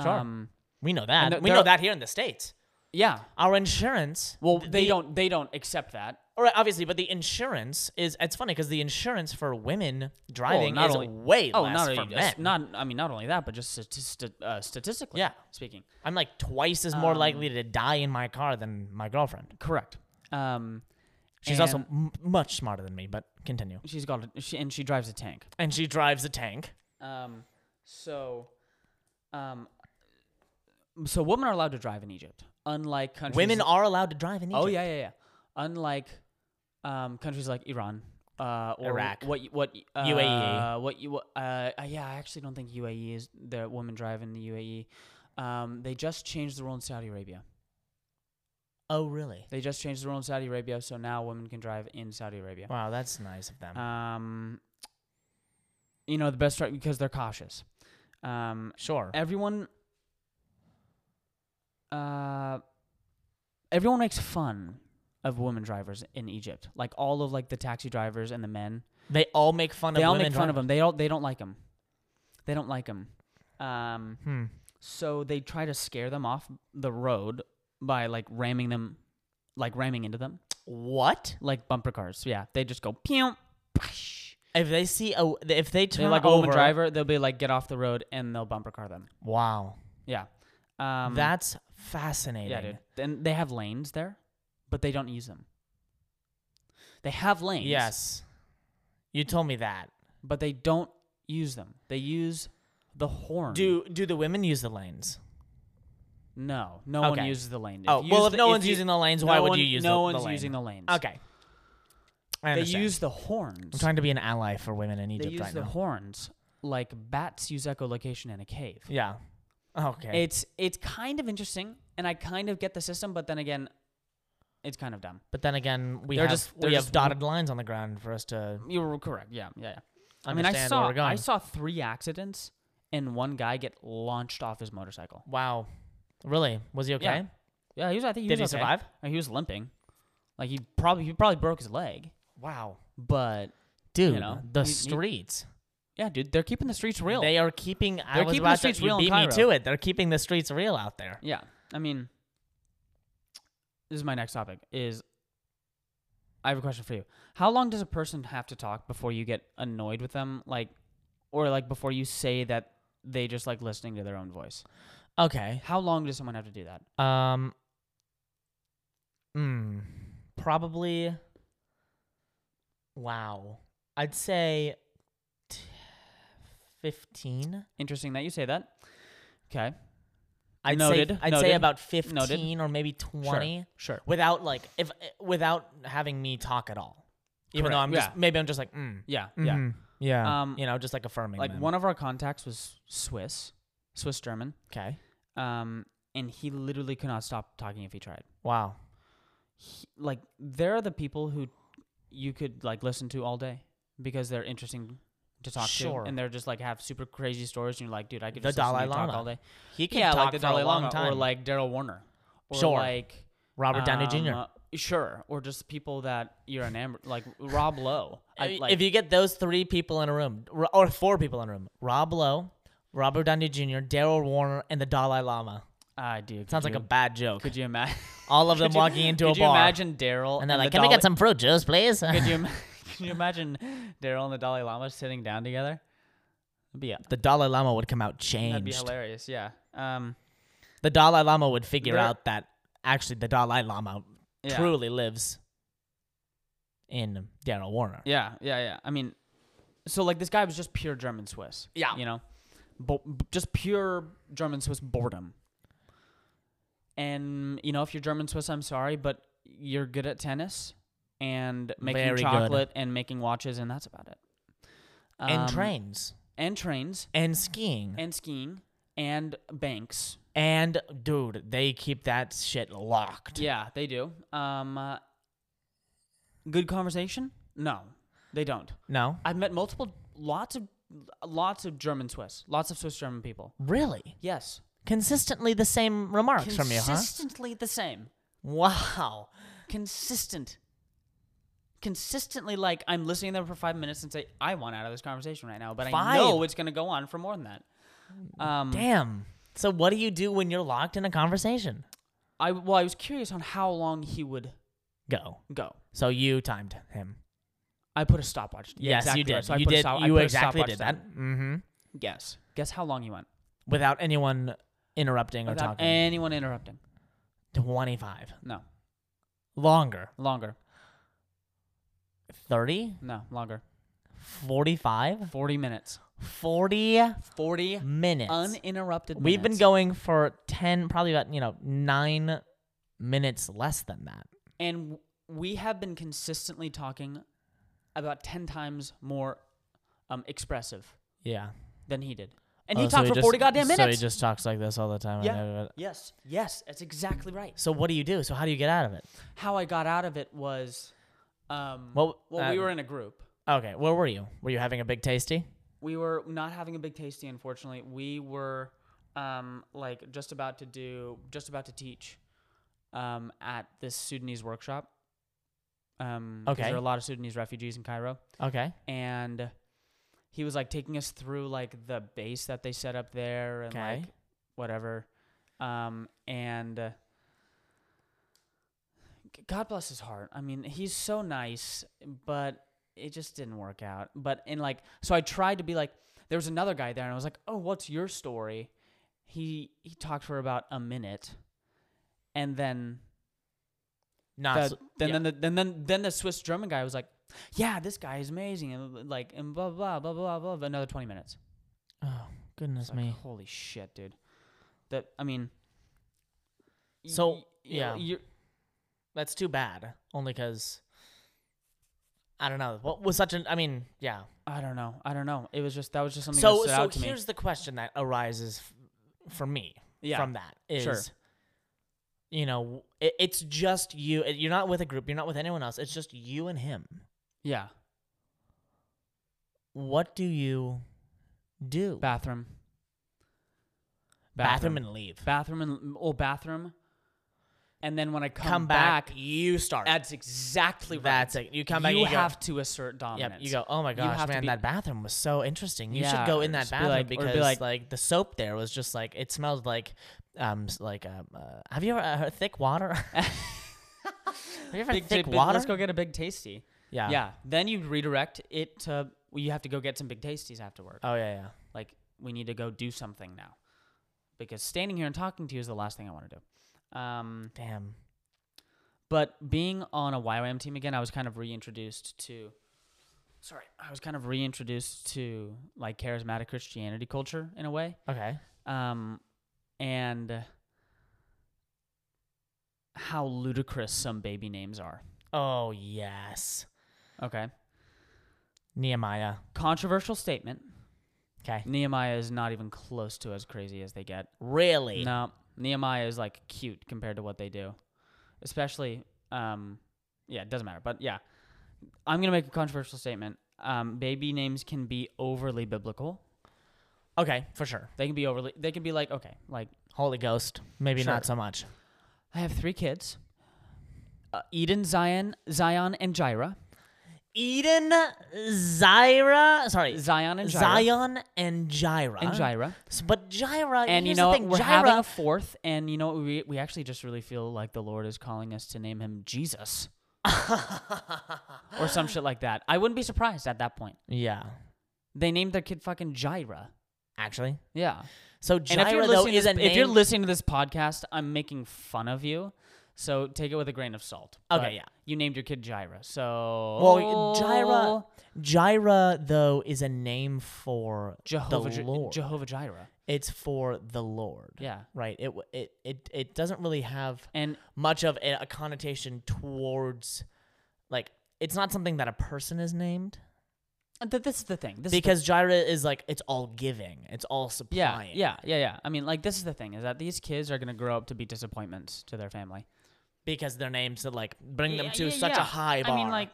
Speaker 3: Sure.
Speaker 2: Um,
Speaker 3: we know that.
Speaker 2: and
Speaker 3: we
Speaker 2: there-
Speaker 3: know that here in the states.
Speaker 2: yeah.
Speaker 3: Our insurance.
Speaker 2: Well,
Speaker 3: th-
Speaker 2: they
Speaker 3: the-
Speaker 2: don't they don't accept that.
Speaker 3: All right, obviously, but the insurance is. It's funny because the insurance for women driving
Speaker 2: not
Speaker 3: is
Speaker 2: only-
Speaker 3: way
Speaker 2: Oh,
Speaker 3: less
Speaker 2: not
Speaker 3: for
Speaker 2: only,
Speaker 3: men.
Speaker 2: not I mean not only that, but just statist- uh, statistically
Speaker 3: Yeah.
Speaker 2: speaking.
Speaker 3: I'm like twice as
Speaker 2: Um,
Speaker 3: more likely to die in my car than my girlfriend.
Speaker 2: Correct. Um,
Speaker 3: She's also
Speaker 2: and
Speaker 3: m- much smarter than me, but continue.
Speaker 2: she's got a, she, and she drives a tank.
Speaker 3: And she drives a tank.
Speaker 2: Um, so, um, so women are allowed to drive in Egypt, unlike countries.
Speaker 3: Women are allowed to drive in Egypt.
Speaker 2: Oh yeah, yeah, yeah. Unlike um, countries like Iran, uh, or
Speaker 3: Iraq. E.
Speaker 2: what what uh,
Speaker 3: UAE.
Speaker 2: what you what, uh, uh, yeah. I actually don't think UAE is the women drive in the UAE. Um, they just changed the rule in Saudi Arabia.
Speaker 3: Oh, really?
Speaker 2: They just changed the rule in Saudi Arabia, so now women can drive in Saudi Arabia.
Speaker 3: Wow, that's nice of them.
Speaker 2: Um, you know the best dri- because they're cautious. Um,
Speaker 3: sure.
Speaker 2: everyone uh everyone makes fun of women drivers in Egypt. Like all of like the taxi drivers and the men.
Speaker 3: They all make fun
Speaker 2: they
Speaker 3: of
Speaker 2: all
Speaker 3: women
Speaker 2: make fun of
Speaker 3: driving.
Speaker 2: them. They all they don't like them. They don't like them. Um
Speaker 3: Hmm.
Speaker 2: so they try to scare them off the road by like ramming them like ramming into them
Speaker 3: What?
Speaker 2: like bumper cars. Yeah, they just go pew. psh.
Speaker 3: If they see a, if they
Speaker 2: They
Speaker 3: turn
Speaker 2: like a
Speaker 3: over,
Speaker 2: woman driver, they'll be like get off the road and they'll bumper car them.
Speaker 3: Wow,
Speaker 2: Yeah. Um
Speaker 3: that's fascinating.
Speaker 2: Yeah, dude. And they have lanes there, but they don't use them. They have lanes,
Speaker 3: Yes, you told me that.
Speaker 2: but they don't use them. They use the horn.
Speaker 3: Do do the women use the lanes?
Speaker 2: no, no one
Speaker 3: Okay.
Speaker 2: uses the lane.
Speaker 3: Oh
Speaker 2: you
Speaker 3: well,
Speaker 2: use
Speaker 3: if
Speaker 2: the-
Speaker 3: no one's
Speaker 2: you-
Speaker 3: using the lanes,
Speaker 2: no
Speaker 3: why would
Speaker 2: one-
Speaker 3: you use
Speaker 2: No
Speaker 3: the,
Speaker 2: one's
Speaker 3: the lane?
Speaker 2: using the lanes.
Speaker 3: Okay, I
Speaker 2: they
Speaker 3: understand.
Speaker 2: use the horns.
Speaker 3: I'm trying to be an ally for women in
Speaker 2: they
Speaker 3: Egypt
Speaker 2: use
Speaker 3: right
Speaker 2: the
Speaker 3: now.
Speaker 2: horns like bats use echolocation in a cave.
Speaker 3: yeah. Okay.
Speaker 2: It's it's kind of interesting, and I kind of get the system, but then again, it's kind of dumb.
Speaker 3: but then again, we
Speaker 2: they're
Speaker 3: have
Speaker 2: just- they're
Speaker 3: we have
Speaker 2: just-
Speaker 3: dotted lines on the ground for us to
Speaker 2: You're correct. Yeah, yeah, yeah. I mean,
Speaker 3: understand
Speaker 2: I saw
Speaker 3: where we're going.
Speaker 2: I saw three accidents and one guy get launched off his motorcycle.
Speaker 3: wow, really? Was he okay?
Speaker 2: Yeah. Yeah, he was. I think he
Speaker 3: Did he
Speaker 2: was okay.
Speaker 3: survive?
Speaker 2: Uh, He was limping. Like he probably he probably broke his leg,
Speaker 3: Wow,
Speaker 2: but
Speaker 3: dude,
Speaker 2: know,
Speaker 3: the
Speaker 2: he- he-
Speaker 3: streets.
Speaker 2: yeah, dude, they're keeping the streets real.
Speaker 3: They are keeping. I
Speaker 2: They're
Speaker 3: was
Speaker 2: keeping the
Speaker 3: about
Speaker 2: streets
Speaker 3: to, you
Speaker 2: real in
Speaker 3: beat me
Speaker 2: Cairo.
Speaker 3: to it. They're keeping the streets real out there.
Speaker 2: yeah, I mean, this is my next topic. Is I have a question for you. How long does a person have to talk before you get annoyed with them, like, or like before you say that they just like listening to their own voice?
Speaker 3: Okay.
Speaker 2: How long does someone have to do that?
Speaker 3: Um. Hmm. Probably. Wow. I'd say. t- Fifteen.
Speaker 2: Interesting that you say that. Okay.
Speaker 3: I'd
Speaker 2: Noted,
Speaker 3: say. I'd
Speaker 2: noted,
Speaker 3: say about fifteen
Speaker 2: noted.
Speaker 3: or maybe twenty.
Speaker 2: Sure.
Speaker 3: Without like if without having me talk at all. Even though
Speaker 2: Correct,
Speaker 3: I'm just
Speaker 2: yeah.
Speaker 3: maybe I'm just like mm,
Speaker 2: Yeah. Yeah.
Speaker 3: mhm, yeah
Speaker 2: Um,
Speaker 3: you know just like affirming
Speaker 2: Like
Speaker 3: them.
Speaker 2: one of our contacts was Swiss, Swiss German,
Speaker 3: okay
Speaker 2: um, and he literally could not stop talking if he tried.
Speaker 3: wow
Speaker 2: He, like there are the people who you could like listen to all day because they're interesting to talk
Speaker 3: Sure.
Speaker 2: to, and they're just like have super crazy stories, and you're like, dude, I could
Speaker 3: The
Speaker 2: just listen to
Speaker 3: Dalai
Speaker 2: you talk
Speaker 3: Lama.
Speaker 2: all day.
Speaker 3: he can
Speaker 2: Yeah, like
Speaker 3: talk
Speaker 2: the
Speaker 3: for
Speaker 2: Dalai
Speaker 3: a long
Speaker 2: Lama
Speaker 3: time
Speaker 2: or like Daryl Warner, or
Speaker 3: Sure.
Speaker 2: like
Speaker 3: Robert Downey Jr.
Speaker 2: um, Sure, or just people that you're enamored, like Rob Lowe.
Speaker 3: I
Speaker 2: I,
Speaker 3: mean,
Speaker 2: like,
Speaker 3: if you get those three people in a room, r- or four people in a room, Rob Lowe, Robert Downey Jr., Daryl Warner, and the Dalai Lama.
Speaker 2: ah, dude,
Speaker 3: Sounds
Speaker 2: could
Speaker 3: like a
Speaker 2: you-
Speaker 3: bad joke.
Speaker 2: Could you imagine?
Speaker 3: All of them walking into
Speaker 2: could
Speaker 3: a bar,
Speaker 2: you imagine Daryl?
Speaker 3: and they're like,
Speaker 2: the
Speaker 3: "Can we
Speaker 2: Dalai-
Speaker 3: get some fruit juice, please?"
Speaker 2: Could you, ima- could you imagine Daryl and the Dalai Lama sitting down together? That'd be,
Speaker 3: the Dalai Lama would come out
Speaker 2: that'd be
Speaker 3: changed.
Speaker 2: hilarious. Yeah. Um.
Speaker 3: The Dalai Lama would figure
Speaker 2: There-
Speaker 3: out that actually the Dalai Lama
Speaker 2: Yeah.
Speaker 3: truly lives in Daryl Warner.
Speaker 2: Yeah. Yeah. Yeah. I mean, so like this guy was just pure German Swiss.
Speaker 3: Yeah.
Speaker 2: You know, Bo- b- just pure German Swiss boredom. And you know, if you're German Swiss, I'm sorry, but you're good at tennis and making
Speaker 3: Very good.
Speaker 2: chocolate and making watches, and that's about it.
Speaker 3: and
Speaker 2: Um,
Speaker 3: trains,
Speaker 2: and trains
Speaker 3: and skiing,
Speaker 2: and skiing and banks.
Speaker 3: and dude, they keep that shit locked.
Speaker 2: Yeah, they do. Um, uh, good conversation? No, they don't.
Speaker 3: No,
Speaker 2: I've met multiple, lots of, lots of German Swiss, lots of Swiss German people.
Speaker 3: really,
Speaker 2: Yes,
Speaker 3: consistently the same remarks from you, huh?
Speaker 2: consistently the same.
Speaker 3: Wow.
Speaker 2: Consistent. Consistently, like I'm listening to them for five minutes and say, I want out of this conversation right now, but I know
Speaker 3: Five.
Speaker 2: it's going to go on for more than that. Um,
Speaker 3: Damn. So what do you do when you're locked in a conversation?
Speaker 2: I well, I was curious on how long he would
Speaker 3: Go.
Speaker 2: go.
Speaker 3: So you timed him.
Speaker 2: I put a stopwatch. Yeah,
Speaker 3: yes,
Speaker 2: exactly
Speaker 3: you did.
Speaker 2: right. So I
Speaker 3: you
Speaker 2: put a
Speaker 3: did.
Speaker 2: stop- I
Speaker 3: you
Speaker 2: put a
Speaker 3: exactly
Speaker 2: stopwatch
Speaker 3: did
Speaker 2: down.
Speaker 3: that. Mm-hmm.
Speaker 2: Guess. Guess how long you went
Speaker 3: Without anyone interrupting or
Speaker 2: without
Speaker 3: talking.
Speaker 2: anyone interrupting.
Speaker 3: 25.
Speaker 2: No,
Speaker 3: Longer.
Speaker 2: longer.
Speaker 3: 30?
Speaker 2: No, longer.
Speaker 3: 45?
Speaker 2: Forty minutes.
Speaker 3: 40
Speaker 2: Forty
Speaker 3: minutes.
Speaker 2: uninterrupted.
Speaker 3: We've been
Speaker 2: minutes.
Speaker 3: going for 10, probably about, you know, 9 minutes less than that.
Speaker 2: and w- we have been consistently talking about ten times more um, expressive
Speaker 3: Yeah. Oh,
Speaker 2: than he did, and he talked for forty goddamn minutes.
Speaker 3: So he just talks like this all the time.
Speaker 2: Yeah. yes, yes, that's exactly right.
Speaker 3: So what do you do? So how do you get out of it?
Speaker 2: How I got out of it was, um,
Speaker 3: Well,
Speaker 2: well, we
Speaker 3: uh,
Speaker 2: were in a group.
Speaker 3: Okay, where were you? Were you having a big tasty?
Speaker 2: we were not having a big tasty unfortunately we were um, like just about to do just about to teach um, at this sudanese workshop um, 'cause
Speaker 3: Okay.
Speaker 2: there are a lot of sudanese refugees in cairo
Speaker 3: Okay.
Speaker 2: and he was like taking us through like the base that they set up there and
Speaker 3: Okay.
Speaker 2: like whatever um, and uh, g- god bless his heart i mean he's so nice but it just didn't work out. But in like, so I tried to be like, there was another guy there, and I was like, oh, what's your story? He he talked for about a minute, and then
Speaker 3: Not
Speaker 2: the-
Speaker 3: Ah, so-
Speaker 2: then
Speaker 3: yeah.
Speaker 2: then, the, then then then the Swiss German guy was like, yeah, this guy is amazing, and like and blah blah blah blah blah. blah another twenty minutes.
Speaker 3: Oh,
Speaker 2: It's
Speaker 3: goodness
Speaker 2: like,
Speaker 3: me.
Speaker 2: Holy shit, dude. That I mean. y-
Speaker 3: So,
Speaker 2: y-
Speaker 3: yeah.
Speaker 2: you're,
Speaker 3: That's too bad. Only cuz I don't know. What was such an I mean, yeah.
Speaker 2: I don't know. I don't know. It was just that was just something
Speaker 3: So
Speaker 2: that stood
Speaker 3: so
Speaker 2: out to me.
Speaker 3: here's the question that arises f- for me
Speaker 2: Yeah,
Speaker 3: from that is
Speaker 2: sure.
Speaker 3: you know, it, it's just you. uh, You're not with a group, you're not with anyone else. It's just you and him.
Speaker 2: yeah.
Speaker 3: What do you do?
Speaker 2: Bathroom.
Speaker 3: Bathroom and leave.
Speaker 2: bathroom and oh bathroom and then when i come,
Speaker 3: Come, back,
Speaker 2: back,
Speaker 3: you start.
Speaker 2: that's exactly right
Speaker 3: That's it. You come back
Speaker 2: you,
Speaker 3: and you go,
Speaker 2: have to assert
Speaker 3: Yep,
Speaker 2: dominance
Speaker 3: you go, oh my
Speaker 2: You
Speaker 3: gosh,
Speaker 2: have to
Speaker 3: man,
Speaker 2: be-
Speaker 3: that bathroom was so interesting. You
Speaker 2: Yeah,
Speaker 3: should go
Speaker 2: or
Speaker 3: in that
Speaker 2: just be
Speaker 3: bathroom
Speaker 2: like- or be
Speaker 3: because like,
Speaker 2: like-
Speaker 3: the soap there was just like it smelled like um s- like um uh, have you ever uh, heard thick water? have you ever had
Speaker 2: big,
Speaker 3: thick
Speaker 2: big-
Speaker 3: water?
Speaker 2: let's go get a big tasty
Speaker 3: yeah.
Speaker 2: yeah then you redirect it to well, you have to go get some big tasties afterward
Speaker 3: Oh yeah, yeah.
Speaker 2: like we need to go do something now because standing here and talking to you is the last thing i want to do um
Speaker 3: Damn.
Speaker 2: But being on a YWAM team again, I was kind of reintroduced to. Sorry, I was kind of reintroduced to like charismatic Christianity culture in a way,
Speaker 3: Okay.
Speaker 2: um, and how ludicrous some baby names are.
Speaker 3: Oh yes.
Speaker 2: Okay,
Speaker 3: Nehemiah.
Speaker 2: controversial statement.
Speaker 3: Okay.
Speaker 2: Nehemiah is not even close to as crazy as they get.
Speaker 3: Really?
Speaker 2: No, Nehemiah is like cute compared to what they do, especially. Um, yeah, it doesn't matter, but yeah, I'm gonna make a controversial statement. Um, baby names can be overly biblical.
Speaker 3: Okay, for sure.
Speaker 2: They can be overly. They can be like, okay, like
Speaker 3: Holy Ghost. Maybe
Speaker 2: Sure.
Speaker 3: not so much.
Speaker 2: I have three kids. uh, Eden, Zion, Zion, and Jira.
Speaker 3: Eden, Zyra, sorry,
Speaker 2: Zion and Jira.
Speaker 3: Zion and Gyra.
Speaker 2: and Jira.
Speaker 3: S- But Gyra,
Speaker 2: And you
Speaker 3: here's
Speaker 2: know
Speaker 3: the
Speaker 2: what?
Speaker 3: thing,
Speaker 2: we're
Speaker 3: Gyra,
Speaker 2: having a fourth, and you know what? we we actually just really feel like the Lord is calling us to name him Jesus or some shit like that. I wouldn't be surprised at that point.
Speaker 3: yeah,
Speaker 2: They named their kid fucking Jira.
Speaker 3: actually.
Speaker 2: Yeah.
Speaker 3: So Gyra
Speaker 2: And if you're
Speaker 3: though
Speaker 2: listening,
Speaker 3: is
Speaker 2: to
Speaker 3: a
Speaker 2: this, if you're
Speaker 3: name-
Speaker 2: listening to this podcast, I'm making fun of you, so take it with a grain of salt.
Speaker 3: Okay,
Speaker 2: But
Speaker 3: yeah.
Speaker 2: You named your kid Jira, so
Speaker 3: Well, Gyra, Gyra though is a name for
Speaker 2: Jehovah,
Speaker 3: the
Speaker 2: Ji-
Speaker 3: Lord.
Speaker 2: Jehovah Jireh.
Speaker 3: it's for the Lord.
Speaker 2: Yeah.
Speaker 3: Right. It w- it it it doesn't really have
Speaker 2: And
Speaker 3: much of a, a connotation towards, like it's not something that a person is named
Speaker 2: th- this is the thing. This is the
Speaker 3: because Gyra is like it's all giving, it's all
Speaker 2: Yeah,
Speaker 3: supplying.
Speaker 2: yeah, yeah, yeah. I mean, like this is the thing is that these kids are gonna grow up to be disappointments to their family.
Speaker 3: Because their names to like bring them
Speaker 2: Yeah,
Speaker 3: to
Speaker 2: yeah,
Speaker 3: such a
Speaker 2: yeah.
Speaker 3: high bar.
Speaker 2: I mean, like,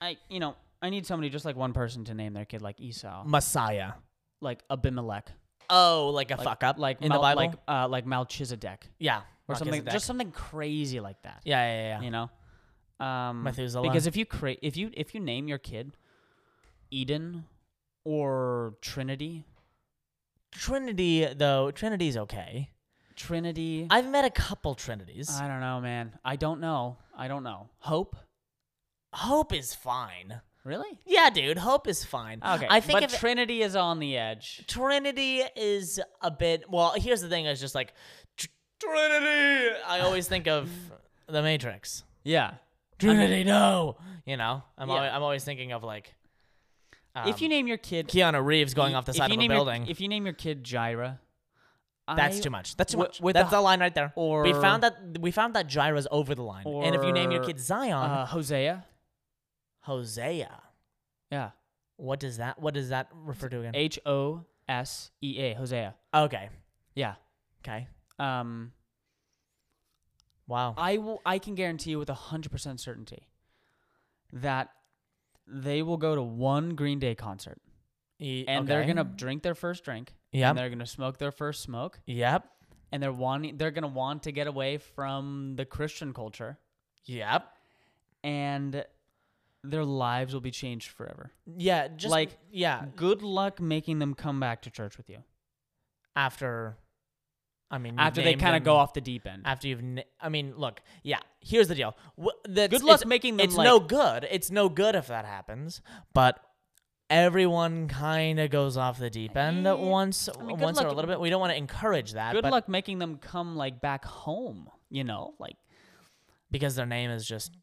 Speaker 2: I you know, I need somebody just like one person to name their kid like Esau,
Speaker 3: Messiah.
Speaker 2: like Abimelech,
Speaker 3: Oh, like a
Speaker 2: like,
Speaker 3: fuck up,
Speaker 2: like
Speaker 3: in
Speaker 2: Mal-
Speaker 3: the Bible.
Speaker 2: like uh, like Melchizedek
Speaker 3: yeah,
Speaker 2: or something,
Speaker 3: Melchizedek.
Speaker 2: just something crazy like that.
Speaker 3: yeah, yeah, yeah. yeah.
Speaker 2: You know, um,
Speaker 3: Methuselah.
Speaker 2: Because if you create, if you if you name your kid Eden or Trinity,
Speaker 3: Trinity though, Trinity's okay.
Speaker 2: Trinity,
Speaker 3: I've met a couple Trinities.
Speaker 2: I don't know, man. I don't know. I don't know. Hope,
Speaker 3: Hope is fine.
Speaker 2: really?
Speaker 3: Yeah, dude, Hope is fine.
Speaker 2: Okay.
Speaker 3: I think
Speaker 2: but
Speaker 3: if
Speaker 2: Trinity is on the edge.
Speaker 3: Trinity is a bit. Well, here's the thing: is just like "Tr- Trinity. I always think of the Matrix.
Speaker 2: Yeah.
Speaker 3: Trinity, no. You know, I'm
Speaker 2: Yeah.
Speaker 3: always, I'm always thinking of like
Speaker 2: if you
Speaker 3: Um,
Speaker 2: name your kid
Speaker 3: Keanu Reeves going off the
Speaker 2: if
Speaker 3: side
Speaker 2: you
Speaker 3: of a
Speaker 2: name your-
Speaker 3: building.
Speaker 2: if you name your kid Gyra,
Speaker 3: that's
Speaker 2: I-
Speaker 3: too much. That's too
Speaker 2: wi-
Speaker 3: much.
Speaker 2: with
Speaker 3: that's
Speaker 2: the-
Speaker 3: the line right there.
Speaker 2: Or
Speaker 3: we found that we found that Gyra's over the line. and if you name your
Speaker 2: or,
Speaker 3: kid Zion,
Speaker 2: uh, Hosea.
Speaker 3: Hosea.
Speaker 2: Yeah.
Speaker 3: What does that what does that refer to again?
Speaker 2: H O S E A. Hosea.
Speaker 3: Okay.
Speaker 2: Yeah.
Speaker 3: Okay.
Speaker 2: Um,
Speaker 3: Wow.
Speaker 2: I will. I can guarantee you with hundred percent certainty that they will go to one Green Day concert
Speaker 3: E-
Speaker 2: and they're
Speaker 3: okay.
Speaker 2: gonna drink their first drink.
Speaker 3: Yep.
Speaker 2: And they're gonna smoke their first smoke.
Speaker 3: Yep.
Speaker 2: and they're wanting they're gonna want to get away from the Christian culture,
Speaker 3: Yep.
Speaker 2: and their lives will be changed forever.
Speaker 3: Yeah, just
Speaker 2: Like-
Speaker 3: yeah,
Speaker 2: Uh, Good luck making them come back to church with you
Speaker 3: after I mean you've
Speaker 2: after they
Speaker 3: named
Speaker 2: kind of
Speaker 3: them- Uh,
Speaker 2: go off the deep end.
Speaker 3: after you've na- I mean, look. Yeah, here's the deal. Wh- that's-
Speaker 2: Good luck
Speaker 3: it's-
Speaker 2: making them,
Speaker 3: It's
Speaker 2: like-
Speaker 3: no good. It's no good if that happens, but everyone kind of goes off the deep end
Speaker 2: Eh,
Speaker 3: once
Speaker 2: I mean, good
Speaker 3: once or a
Speaker 2: luck-
Speaker 3: little bit. We don't want to encourage that,
Speaker 2: Good
Speaker 3: but
Speaker 2: luck making them come like back home. You know, like
Speaker 3: because their name is just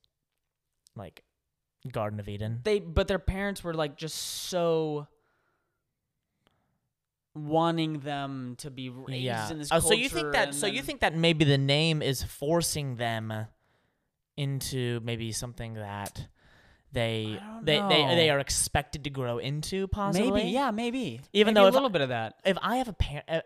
Speaker 3: like Garden of Eden.
Speaker 2: they, but their parents were like just so wanting them to be raised in this.
Speaker 3: oh, so you
Speaker 2: culture
Speaker 3: think that
Speaker 2: and
Speaker 3: so you
Speaker 2: then-
Speaker 3: think that maybe the name is forcing them into maybe something that they
Speaker 2: I don't
Speaker 3: they, they they
Speaker 2: know.
Speaker 3: are expected to grow into possibly.
Speaker 2: maybe yeah maybe Maybe
Speaker 3: Even though
Speaker 2: a
Speaker 3: if-
Speaker 2: little bit of that
Speaker 3: If I have a parent,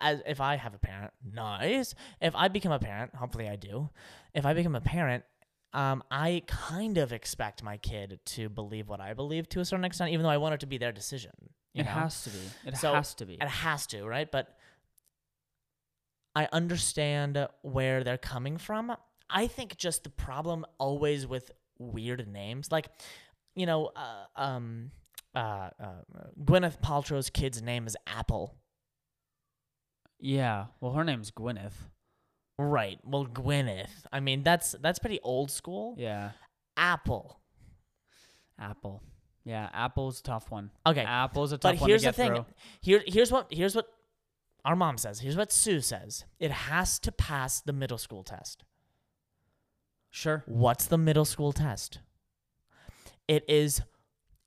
Speaker 3: as if I have a parent, nice. If I become a parent, hopefully I do. If I become a parent, um, I kind of expect my kid to believe what I believe to a certain extent, even though I want it to be their decision. You
Speaker 2: it
Speaker 3: know?
Speaker 2: has to be it
Speaker 3: So,
Speaker 2: has to be
Speaker 3: It has to, right? But I understand where they're coming from. I think just the problem always with weird names, like, you know, uh, um, uh, uh, Gwyneth Paltrow's kid's name is Apple.
Speaker 2: Yeah. Well, her name's Gwyneth.
Speaker 3: Right. Well, Gwyneth. I mean, that's that's pretty old school.
Speaker 2: Yeah.
Speaker 3: Apple.
Speaker 2: Apple. Yeah. Apple's a tough one.
Speaker 3: Okay.
Speaker 2: Apple's a tough
Speaker 3: but
Speaker 2: one
Speaker 3: here's
Speaker 2: to get
Speaker 3: the thing.
Speaker 2: through.
Speaker 3: Here, here's what here's what our mom says. Here's what Sue says. It has to pass the middle school test.
Speaker 2: Sure.
Speaker 3: What's the middle school test? It is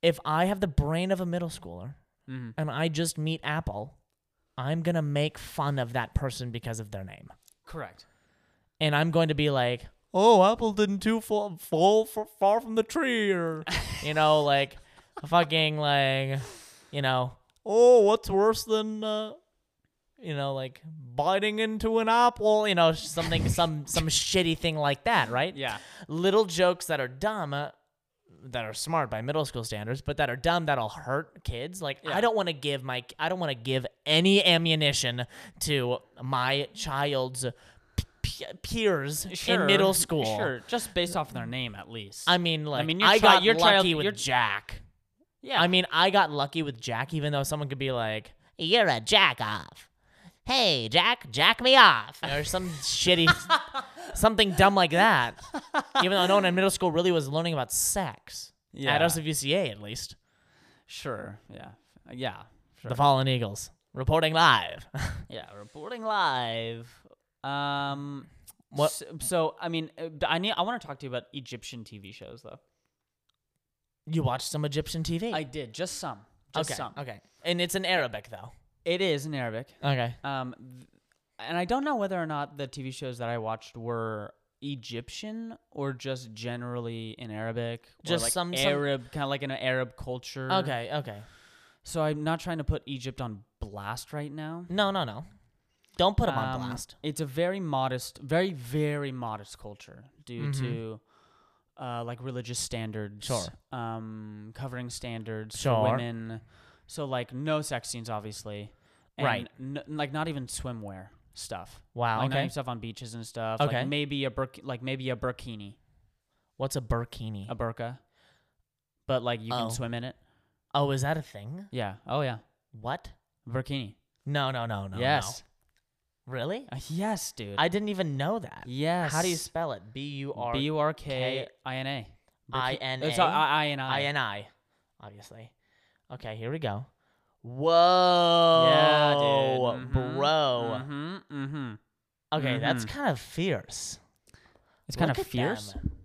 Speaker 3: if I have the brain of a middle schooler
Speaker 2: hmm
Speaker 3: and I just meet Apple, I'm going to make fun of that person because of their name.
Speaker 2: Correct.
Speaker 3: And I'm going to be like, oh, Apple didn't too fall, fall for, far from the tree. Or, you know, like, fucking, like, you know, oh, what's worse than. Uh, you know, like biting into an apple, you know, something, some, some shitty thing like that, right?
Speaker 2: Yeah.
Speaker 3: little jokes that are dumb uh, that are smart by middle school standards but that are dumb that'll hurt kids like i
Speaker 2: Yeah.
Speaker 3: don't want to give my i don't want to give any ammunition to my child's p- p- peers
Speaker 2: Sure,
Speaker 3: in middle school.
Speaker 2: Sure, just based off their name at least.
Speaker 3: I mean, like I,
Speaker 2: mean, your chi-
Speaker 3: got
Speaker 2: your
Speaker 3: lucky
Speaker 2: child-
Speaker 3: with
Speaker 2: your-
Speaker 3: Jack.
Speaker 2: yeah,
Speaker 3: I mean, I got lucky with Jack, even though someone could be like, "You're a jack off." Hey, Jack, jack me off, or some shitty, something dumb like that. Even though no one in middle school really was learning about sex. At
Speaker 2: Yeah.
Speaker 3: SFUCA, at least.
Speaker 2: sure, yeah, yeah, sure.
Speaker 3: The Fallen Eagles reporting live.
Speaker 2: yeah. Reporting live. Um,
Speaker 3: What-
Speaker 2: So, so I mean, uh, I need. I want to talk to you about Egyptian TV shows though.
Speaker 3: you watched some Egyptian TV.
Speaker 2: I did just some, just
Speaker 3: okay.
Speaker 2: some.
Speaker 3: Okay. And it's in Arabic though.
Speaker 2: It is in Arabic.
Speaker 3: Okay.
Speaker 2: Um, th- and I don't know whether or not the TV shows that I watched were Egyptian or just generally in Arabic, or
Speaker 3: Just
Speaker 2: like
Speaker 3: some- some-
Speaker 2: Arab, kind of like in an Arab culture.
Speaker 3: Okay. Okay.
Speaker 2: So I'm not trying to put Egypt on blast right now.
Speaker 3: No, no, no. Don't put them
Speaker 2: Um,
Speaker 3: on blast.
Speaker 2: It's a very modest, very very modest culture due to. Uh, like religious standards,
Speaker 3: Mm-hmm. Sure.
Speaker 2: Um, covering standards
Speaker 3: Sure.
Speaker 2: for women, so like no sex scenes, obviously, and
Speaker 3: Right.
Speaker 2: N- like not even swimwear stuff.
Speaker 3: Wow.
Speaker 2: like not
Speaker 3: okay.
Speaker 2: even stuff on beaches and stuff.
Speaker 3: Okay.
Speaker 2: Like maybe a bur- like maybe a burkini,
Speaker 3: What's a burkini?
Speaker 2: a burqa, but like you
Speaker 3: Oh.
Speaker 2: can swim in it.
Speaker 3: oh, is that a thing?
Speaker 2: Yeah. Oh yeah.
Speaker 3: What?
Speaker 2: Burkini.
Speaker 3: No, no, no, no.
Speaker 2: yes.
Speaker 3: no. Really?
Speaker 2: Uh, yes, dude.
Speaker 3: I didn't even know that.
Speaker 2: yes.
Speaker 3: How do you spell it? B U R
Speaker 2: B U R K I N A.
Speaker 3: I-N-A?
Speaker 2: It's uh, I I N
Speaker 3: I
Speaker 2: I.
Speaker 3: N I. Obviously. Okay, here we go. Whoa.
Speaker 2: Mhm,
Speaker 3: Bro.
Speaker 2: Mhm. Mhm.
Speaker 3: Okay, that's
Speaker 2: Mhm.
Speaker 3: kind of fierce.
Speaker 2: It's kind
Speaker 3: Look
Speaker 2: of
Speaker 3: at
Speaker 2: fierce.
Speaker 3: them.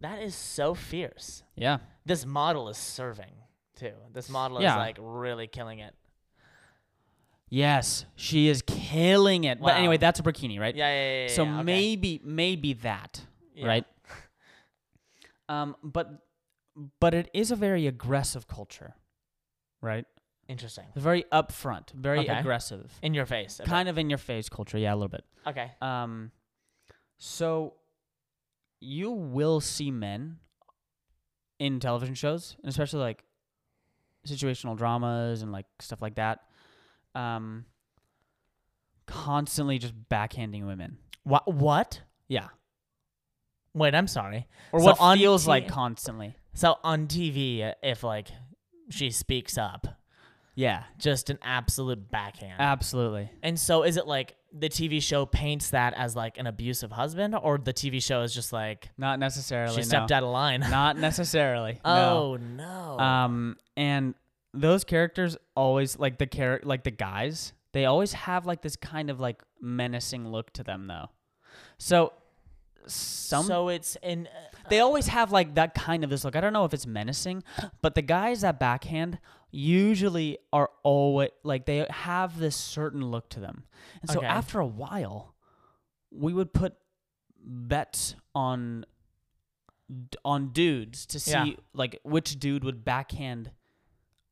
Speaker 3: That is so fierce.
Speaker 2: Yeah.
Speaker 3: This model is serving too. This model
Speaker 2: Yeah.
Speaker 3: is like really killing it.
Speaker 2: Yes, she is killing it. But anyway,
Speaker 3: Wow.
Speaker 2: that's a burkini, right?
Speaker 3: Yeah, yeah, yeah. yeah,
Speaker 2: so
Speaker 3: yeah, okay.
Speaker 2: maybe maybe that
Speaker 3: Yeah.
Speaker 2: right um but but it is a very aggressive culture right
Speaker 3: interesting.
Speaker 2: very upfront very
Speaker 3: Okay.
Speaker 2: aggressive
Speaker 3: In your face. a bit.
Speaker 2: kind of in your face culture yeah a little bit
Speaker 3: Okay.
Speaker 2: um so you will see men in television shows and especially like situational dramas and like stuff like that um constantly just backhanding women
Speaker 3: What? What?
Speaker 2: yeah
Speaker 3: Wait, I'm sorry.
Speaker 2: or
Speaker 3: So
Speaker 2: what
Speaker 3: on
Speaker 2: feels like
Speaker 3: T-
Speaker 2: constantly.
Speaker 3: So on TV, uh, if like she speaks up,
Speaker 2: Yeah,
Speaker 3: just an absolute backhand.
Speaker 2: absolutely.
Speaker 3: and so is it like the TV show paints that as like an abusive husband, or the TV show is just like
Speaker 2: Not necessarily.
Speaker 3: she stepped
Speaker 2: no.
Speaker 3: out of line?
Speaker 2: Not necessarily.
Speaker 3: oh no.
Speaker 2: no. Um, and those characters always like the char- like the guys. They always have like this kind of like menacing look to them, though. So some
Speaker 3: so it's in. Uh,
Speaker 2: they always have like that kind of this look. I don't know if it's menacing, but the guys that backhand usually are always like they have this certain look to them. And so
Speaker 3: Okay.
Speaker 2: after a while, we would put bets on d- on dudes to see
Speaker 3: Yeah.
Speaker 2: like which dude would backhand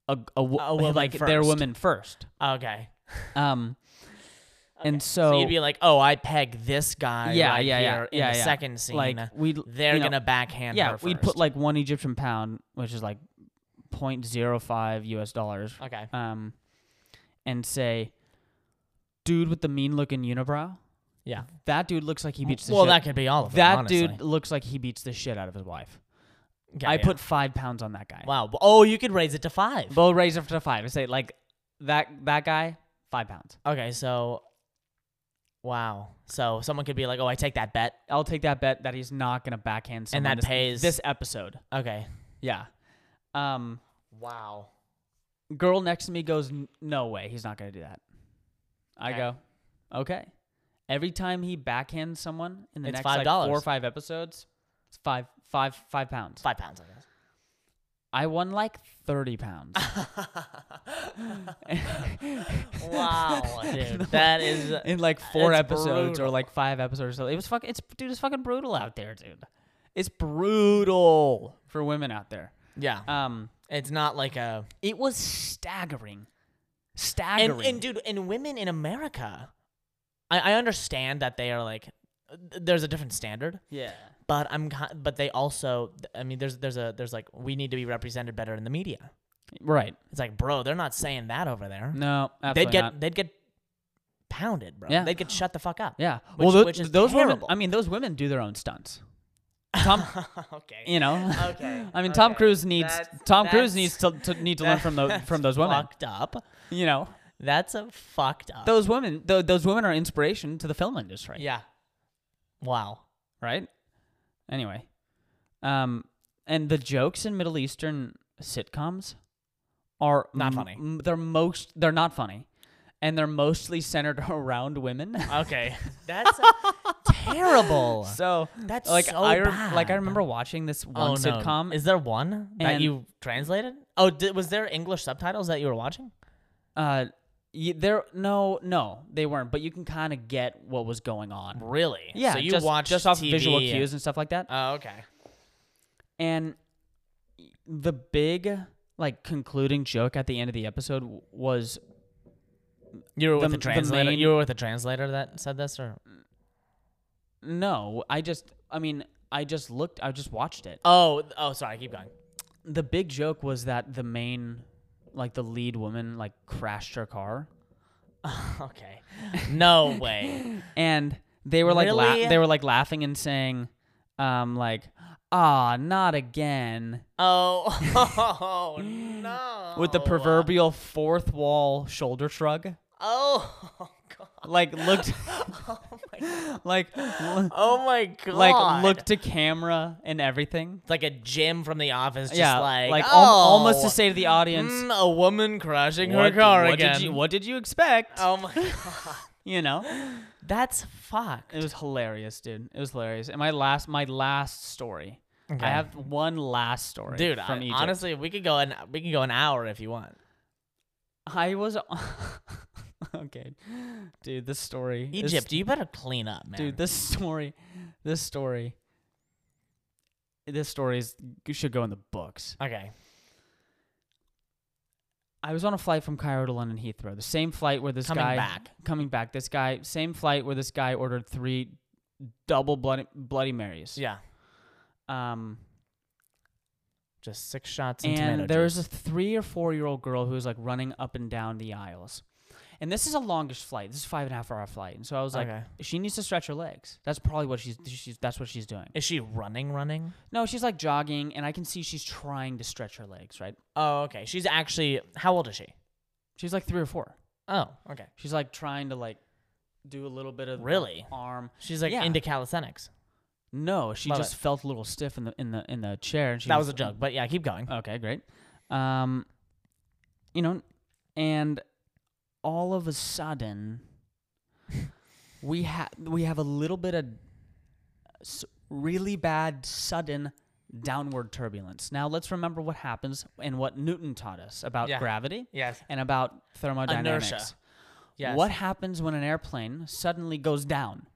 Speaker 2: a, a, wo-
Speaker 3: A woman
Speaker 2: like their
Speaker 3: first.
Speaker 2: woman first.
Speaker 3: uh, okay.
Speaker 2: Um
Speaker 3: Okay.
Speaker 2: and
Speaker 3: So,
Speaker 2: so,
Speaker 3: you'd be like, oh, I peg this guy.
Speaker 2: Yeah,
Speaker 3: right
Speaker 2: yeah, yeah,
Speaker 3: here In
Speaker 2: yeah,
Speaker 3: the
Speaker 2: yeah.
Speaker 3: second scene,
Speaker 2: like we
Speaker 3: they're gonna backhand.
Speaker 2: yeah,
Speaker 3: her
Speaker 2: we'd put
Speaker 3: first."
Speaker 2: like one Egyptian pound, which is like 0.05 US dollars,
Speaker 3: Okay.
Speaker 2: um, and say, dude with the mean looking unibrow,
Speaker 3: Yeah.
Speaker 2: that dude looks like he beats the
Speaker 3: Well,
Speaker 2: shit.
Speaker 3: that could be all of them.
Speaker 2: that
Speaker 3: honestly.
Speaker 2: dude looks like he beats the shit out of his wife.
Speaker 3: Okay,
Speaker 2: I
Speaker 3: yeah.
Speaker 2: put five pounds on that guy.
Speaker 3: Wow. Oh, you could raise it to five.
Speaker 2: We'll raise it to five. I say like that that guy, five pounds.
Speaker 3: Okay, so wow. So someone could be like, "Oh, I take that bet."
Speaker 2: I'll take that bet that he's not gonna backhand someone
Speaker 3: that
Speaker 2: this,
Speaker 3: pays-
Speaker 2: this episode.
Speaker 3: Okay.
Speaker 2: Yeah. Um,
Speaker 3: Wow.
Speaker 2: girl next to me goes, "N- "No way, he's not gonna do that." I
Speaker 3: Okay.
Speaker 2: go, "Okay." Every time he backhands someone in the
Speaker 3: It's
Speaker 2: next like,
Speaker 3: $5.
Speaker 2: four or five episodes, it's five, five, five pounds.
Speaker 3: Five pounds, I guess.
Speaker 2: I won like thirty pounds.
Speaker 3: wow, dude, that is uh,
Speaker 2: in like four
Speaker 3: It's
Speaker 2: episodes or
Speaker 3: brutal.
Speaker 2: like five episodes. or So it was fuck. It's dude, it's fucking brutal out there, dude. It's brutal for women out there.
Speaker 3: yeah.
Speaker 2: Um,
Speaker 3: It's not like a
Speaker 2: it was staggering, staggering.
Speaker 3: and, and dude and women in America. I, I understand that they are like th- there's a different standard,
Speaker 2: yeah,
Speaker 3: but I'm ki- but they also I mean there's there's a there's like we need to be represented better in the media.
Speaker 2: right?
Speaker 3: It's like bro, they're not saying that over there.
Speaker 2: No, absolutely
Speaker 3: they'd get
Speaker 2: not.
Speaker 3: they'd get pounded, bro.
Speaker 2: Yeah.
Speaker 3: They could shut the fuck up.
Speaker 2: Yeah.
Speaker 3: Which-
Speaker 2: well, tho-
Speaker 3: which is
Speaker 2: those women.
Speaker 3: terrible.
Speaker 2: I mean, those women do their own stunts. Tom,
Speaker 3: okay.
Speaker 2: you know.
Speaker 3: Okay.
Speaker 2: I mean, Tom
Speaker 3: okay.
Speaker 2: Cruise needs
Speaker 3: That's-
Speaker 2: Tom Cruise
Speaker 3: that's-
Speaker 2: needs to, to need to learn from the
Speaker 3: that's
Speaker 2: from those women.
Speaker 3: Fucked up.
Speaker 2: You know,
Speaker 3: That's a fucked up.
Speaker 2: those women. Th- those women are inspiration to the film industry.
Speaker 3: yeah. Wow.
Speaker 2: Right. Anyway, um, and the jokes in Middle Eastern sitcoms are
Speaker 3: Not
Speaker 2: m-
Speaker 3: funny.
Speaker 2: m- they're most. They're not funny, and they're mostly centered around women.
Speaker 3: Okay. That's terrible.
Speaker 2: so
Speaker 3: That's
Speaker 2: like
Speaker 3: so
Speaker 2: I re-
Speaker 3: bad.
Speaker 2: like I remember watching this one
Speaker 3: One
Speaker 2: sitcom.
Speaker 3: Is there one that
Speaker 2: And-
Speaker 3: you translated? Oh, did, was there English subtitles that you were watching?
Speaker 2: Uh, y- there no no they weren't, but you can kind of get what was going on.
Speaker 3: Really?
Speaker 2: Yeah,
Speaker 3: So you
Speaker 2: just,
Speaker 3: watched
Speaker 2: just off
Speaker 3: TV
Speaker 2: visual
Speaker 3: and-
Speaker 2: cues and stuff like that.
Speaker 3: Oh, okay.
Speaker 2: And the big like concluding joke at the end of the episode w- was
Speaker 3: You were with
Speaker 2: The- the
Speaker 3: a translator.
Speaker 2: main-
Speaker 3: You were with a translator that said this, or
Speaker 2: no, I just I mean I just looked I just watched it.
Speaker 3: oh, oh, sorry, keep going.
Speaker 2: The big joke was that the main like the lead woman like crashed her car
Speaker 3: okay, no way.
Speaker 2: and they were like la-
Speaker 3: Really?
Speaker 2: they were like laughing and saying um like ah not again
Speaker 3: Oh, oh no.
Speaker 2: with the proverbial fourth wall shoulder shrug
Speaker 3: Oh god.
Speaker 2: like looked
Speaker 3: Oh my god.
Speaker 2: like l-
Speaker 3: Oh my god.
Speaker 2: like looked to camera and everything
Speaker 3: like a Jim from The Office. Just
Speaker 2: yeah
Speaker 3: like,
Speaker 2: like
Speaker 3: oh,
Speaker 2: al- almost to say to the audience
Speaker 3: mm, a woman crashing
Speaker 2: what,
Speaker 3: her car
Speaker 2: what
Speaker 3: again.
Speaker 2: did you what did you expect
Speaker 3: Oh my god.
Speaker 2: you know
Speaker 3: That's fucked.
Speaker 2: it was hilarious dude it was hilarious and my last my last story
Speaker 3: Okay.
Speaker 2: i have one last story
Speaker 3: Dude,
Speaker 2: from
Speaker 3: I-
Speaker 2: Egypt.
Speaker 3: honestly, we could go an we could go an hour if you want.
Speaker 2: I was okay, dude. This story, this-
Speaker 3: Egypt, you better clean up, man.
Speaker 2: dude. This story, this story, this story is should go in the books.
Speaker 3: okay.
Speaker 2: I was on a flight from Cairo to London Heathrow, the same flight where this
Speaker 3: Coming
Speaker 2: guy
Speaker 3: back.
Speaker 2: coming back. This guy, same flight where this guy ordered three double bloody bloody marys.
Speaker 3: Yeah.
Speaker 2: Um,
Speaker 3: Just six shots and tomato
Speaker 2: and there
Speaker 3: juice.
Speaker 2: was a three or four year old girl who was like running up and down the aisles. And this is a longish flight. This is a five and a half hour flight. And so I was like,
Speaker 3: Okay.
Speaker 2: she needs to stretch her legs. That's probably what she's, she's that's what she's doing.
Speaker 3: Is she running? Running?
Speaker 2: No, she's like jogging, and I can see she's trying to stretch her legs. Right?
Speaker 3: Oh, okay. She's actually. How old is she?
Speaker 2: She's like three or four.
Speaker 3: Oh, okay.
Speaker 2: She's like trying to like do a little bit of the
Speaker 3: Really?
Speaker 2: arm.
Speaker 3: She's like
Speaker 2: Yeah.
Speaker 3: into calisthenics.
Speaker 2: No, she
Speaker 3: Love
Speaker 2: just
Speaker 3: it.
Speaker 2: felt a little stiff in the in the in the chair. And she
Speaker 3: That was a joke, but yeah, keep going.
Speaker 2: Okay, great. Um, you know, and all of a sudden, we have we have a little bit of s- really bad sudden downward turbulence. Now let's remember what happens and what Newton taught us about
Speaker 3: Yeah.
Speaker 2: gravity
Speaker 3: yes.
Speaker 2: and about thermodynamics.
Speaker 3: Yes.
Speaker 2: What happens when an airplane suddenly goes down?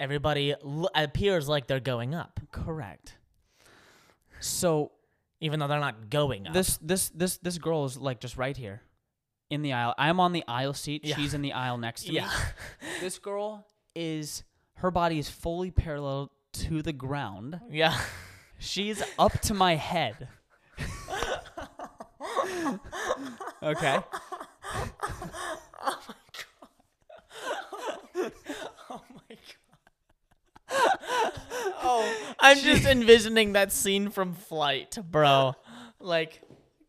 Speaker 3: Everybody l- appears like they're going up,
Speaker 2: Correct. So
Speaker 3: even though they're not going up.
Speaker 2: this this this this girl is like just right here in the aisle. I'm on the aisle seat.
Speaker 3: Yeah.
Speaker 2: She's in the aisle next to
Speaker 3: yeah.
Speaker 2: me. This girl is her body is fully parallel to the ground.
Speaker 3: yeah.
Speaker 2: She's up to my head. okay.
Speaker 3: Oh my god. oh, I'm just envisioning that scene from Flight, bro. Like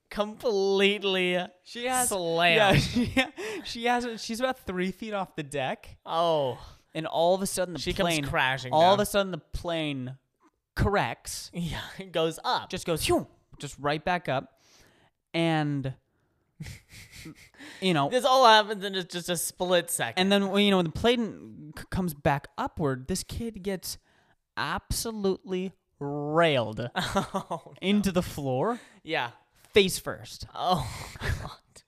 Speaker 3: completely
Speaker 2: She has Yeah,
Speaker 3: slammed.
Speaker 2: she, she has she's about three feet off the deck.
Speaker 3: Oh,
Speaker 2: And all of a sudden the
Speaker 3: she
Speaker 2: plane
Speaker 3: comes crashing.
Speaker 2: all of
Speaker 3: down.
Speaker 2: a sudden the plane corrects.
Speaker 3: yeah, it goes up.
Speaker 2: just goes phew, just right back up and you know
Speaker 3: this all happens in just, just a split second.
Speaker 2: and then when, you know when the plane c- comes back upward this kid gets absolutely railed
Speaker 3: oh,
Speaker 2: into the floor
Speaker 3: yeah.
Speaker 2: face first
Speaker 3: Oh god.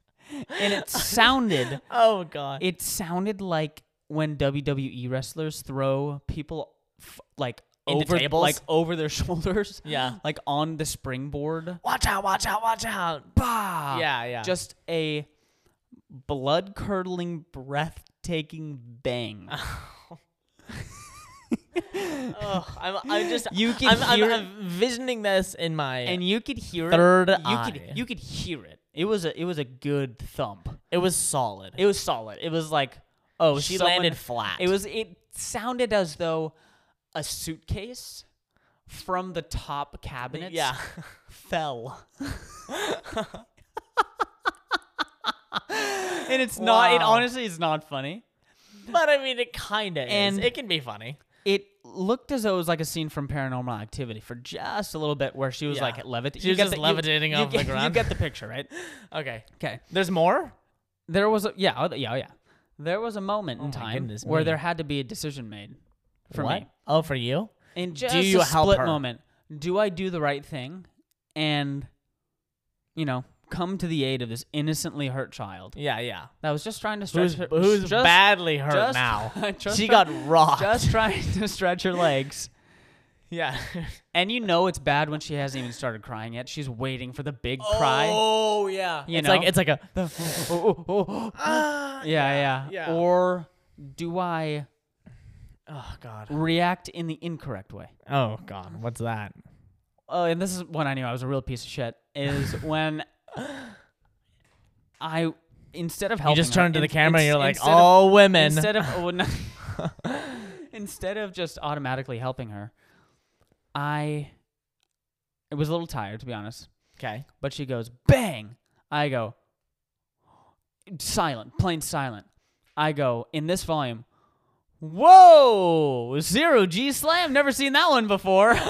Speaker 2: and it sounded
Speaker 3: Oh god.
Speaker 2: it sounded like when WWE wrestlers throw people f- like
Speaker 3: Into
Speaker 2: over
Speaker 3: tables?
Speaker 2: like over their shoulders
Speaker 3: Yeah.
Speaker 2: like on the springboard
Speaker 3: Watch out! Watch out! Watch out!
Speaker 2: bah
Speaker 3: Yeah, yeah.
Speaker 2: just a blood curdling, breathtaking bang.
Speaker 3: Ugh, I'm, I'm just.
Speaker 2: You can
Speaker 3: I'm, I'm-
Speaker 2: hear-
Speaker 3: I'm envisioning this in my.
Speaker 2: and you could hear
Speaker 3: Third
Speaker 2: it. You
Speaker 3: eye.
Speaker 2: could you could hear it. It was a it was a good thump.
Speaker 3: it was solid.
Speaker 2: It was solid. It was like oh,
Speaker 3: she
Speaker 2: someone-
Speaker 3: landed flat.
Speaker 2: It was. It sounded as though a suitcase from the top cabinets
Speaker 3: yeah.
Speaker 2: fell. and it's not. It
Speaker 3: Wow.
Speaker 2: honestly is not funny.
Speaker 3: but I mean, it kind of is.
Speaker 2: And-
Speaker 3: It can be funny.
Speaker 2: It looked as though it was like a scene from Paranormal Activity for just a little bit, where she was
Speaker 3: Yeah.
Speaker 2: like levitating.
Speaker 3: She was just levitating off the
Speaker 2: You
Speaker 3: ground.
Speaker 2: get the picture, right?
Speaker 3: Okay.
Speaker 2: Okay.
Speaker 3: There's more.
Speaker 2: There was a yeah, oh, yeah, oh, yeah. There was a moment in
Speaker 3: Oh my
Speaker 2: time
Speaker 3: goodness
Speaker 2: where
Speaker 3: me.
Speaker 2: there had to be a decision made for
Speaker 3: what?
Speaker 2: me.
Speaker 3: Oh, for you?
Speaker 2: In just
Speaker 3: you
Speaker 2: a
Speaker 3: help
Speaker 2: split
Speaker 3: her?
Speaker 2: moment, do I do the right thing and you know, come to the aid of this innocently hurt child
Speaker 3: Yeah, yeah.
Speaker 2: that was just trying to stretch
Speaker 3: Who's,
Speaker 2: her,
Speaker 3: who's
Speaker 2: just,
Speaker 3: badly hurt
Speaker 2: just-
Speaker 3: now?
Speaker 2: just
Speaker 3: she
Speaker 2: try-
Speaker 3: got rocked.
Speaker 2: just trying to stretch her legs.
Speaker 3: yeah.
Speaker 2: And you know it's bad when she hasn't even started crying yet. She's waiting for the big cry.
Speaker 3: Oh yeah.
Speaker 2: You
Speaker 3: it's
Speaker 2: know?
Speaker 3: like it's like a
Speaker 2: Oh, oh, oh, oh.
Speaker 3: ah,
Speaker 2: yeah, yeah,
Speaker 3: yeah.
Speaker 2: Or do I
Speaker 3: Oh god.
Speaker 2: react in the incorrect way?
Speaker 3: Oh god. What's that?
Speaker 2: oh, and this is when I knew I was a real piece of shit. Is when I instead of
Speaker 3: You
Speaker 2: helping,
Speaker 3: just
Speaker 2: her,
Speaker 3: turn to the
Speaker 2: in-
Speaker 3: camera and
Speaker 2: ins-
Speaker 3: you're like,
Speaker 2: instead of-
Speaker 3: "Oh, women."
Speaker 2: instead of oh, no. instead of just automatically helping her, I it was a little tired to be honest.
Speaker 3: okay.
Speaker 2: But she goes bang. I go silent, plain silent. I go in this volume. Whoa, zero G slam. Never seen that one before.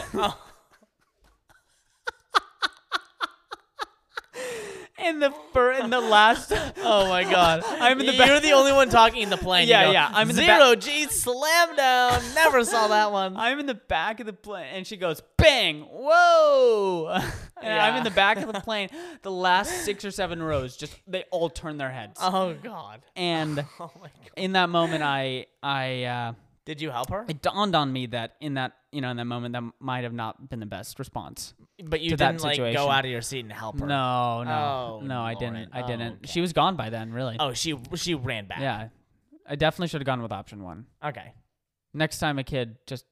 Speaker 2: in the fir- in the last.
Speaker 3: Oh my god.
Speaker 2: I'm in the
Speaker 3: You're
Speaker 2: back.
Speaker 3: the only one talking in the plane.
Speaker 2: Yeah,
Speaker 3: You go,
Speaker 2: yeah, I'm in the back-
Speaker 3: zero G slam down. Never saw that one.
Speaker 2: I'm in the back of the plane, and she goes bang. Whoa. And I'm
Speaker 3: Yeah.
Speaker 2: in the back of the plane. The last six or seven rows, just they all turn their heads.
Speaker 3: Oh god.
Speaker 2: and
Speaker 3: Oh my god.
Speaker 2: in that moment, I I. Uh,
Speaker 3: Did you help her?
Speaker 2: it dawned on me that in that you know in that moment that might have not been the best response.
Speaker 3: But you
Speaker 2: to that
Speaker 3: didn't like go
Speaker 2: situation.
Speaker 3: out of your seat and help her.
Speaker 2: No, no,
Speaker 3: Oh,
Speaker 2: no, I
Speaker 3: Lord.
Speaker 2: didn't. I
Speaker 3: Oh,
Speaker 2: didn't.
Speaker 3: okay.
Speaker 2: She was gone by then, really.
Speaker 3: Oh, she she ran back.
Speaker 2: yeah, I definitely should have gone with option one.
Speaker 3: Okay.
Speaker 2: Next time a kid just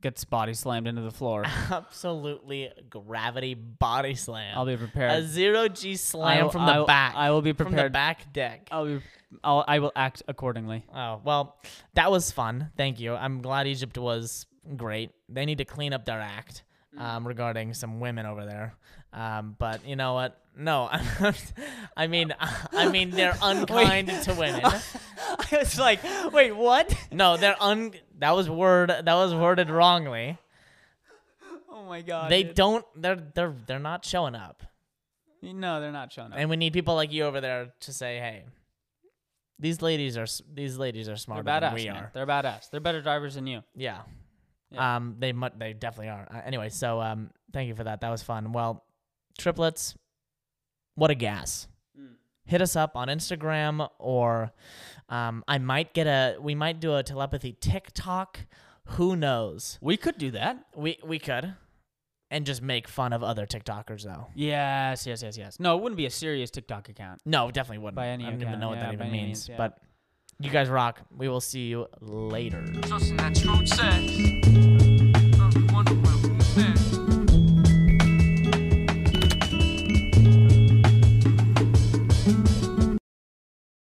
Speaker 2: gets body slammed into the floor,
Speaker 3: Absolutely gravity body slam.
Speaker 2: I'll be
Speaker 3: a
Speaker 2: prepared.
Speaker 3: zero G
Speaker 2: I
Speaker 3: slam
Speaker 2: will-
Speaker 3: from the
Speaker 2: I will-
Speaker 3: back.
Speaker 2: I will be
Speaker 3: from the
Speaker 2: prepared. Oh.
Speaker 3: back deck.
Speaker 2: I'll be. I'll. I will act accordingly.
Speaker 3: Oh well, that was fun. Thank you. I'm glad Egypt was great. They need to clean up their act
Speaker 2: Mm.
Speaker 3: um, regarding some women over there. Um, but you know what? No, I mean, I mean they're unkind to women.
Speaker 2: I was like, wait, what?
Speaker 3: No, they're un. That was word. That was worded wrongly.
Speaker 2: Oh my god.
Speaker 3: They
Speaker 2: dude.
Speaker 3: don't. They're they're they're not showing up.
Speaker 2: No, they're not showing up.
Speaker 3: And we need people like you over there to say, hey, these ladies are s- these ladies are
Speaker 2: They're
Speaker 3: smarter than
Speaker 2: badass.
Speaker 3: we
Speaker 2: man.
Speaker 3: are.
Speaker 2: They're badass. They're better drivers than you.
Speaker 3: Yeah.
Speaker 2: Yeah.
Speaker 3: Um, they mu- they definitely are. Uh, anyway, so um, thank you for that. That was fun. Well, triplets, what a gas!
Speaker 2: Mm.
Speaker 3: Hit us up on Instagram or um, I might get a we might do a telepathy TikTok. Who knows?
Speaker 2: We could do that.
Speaker 3: We we could, and just make fun of other TikTokers though.
Speaker 2: Yes, yes, yes, yes. No, it wouldn't be a serious TikTok account.
Speaker 3: No, definitely wouldn't.
Speaker 2: By any
Speaker 3: I don't even
Speaker 2: account,
Speaker 3: know what
Speaker 2: yeah,
Speaker 3: that
Speaker 2: by
Speaker 3: even
Speaker 2: any means,
Speaker 3: means.
Speaker 2: yeah.
Speaker 3: But you guys rock. We will see you later.
Speaker 1: Trusting that truth says Uh,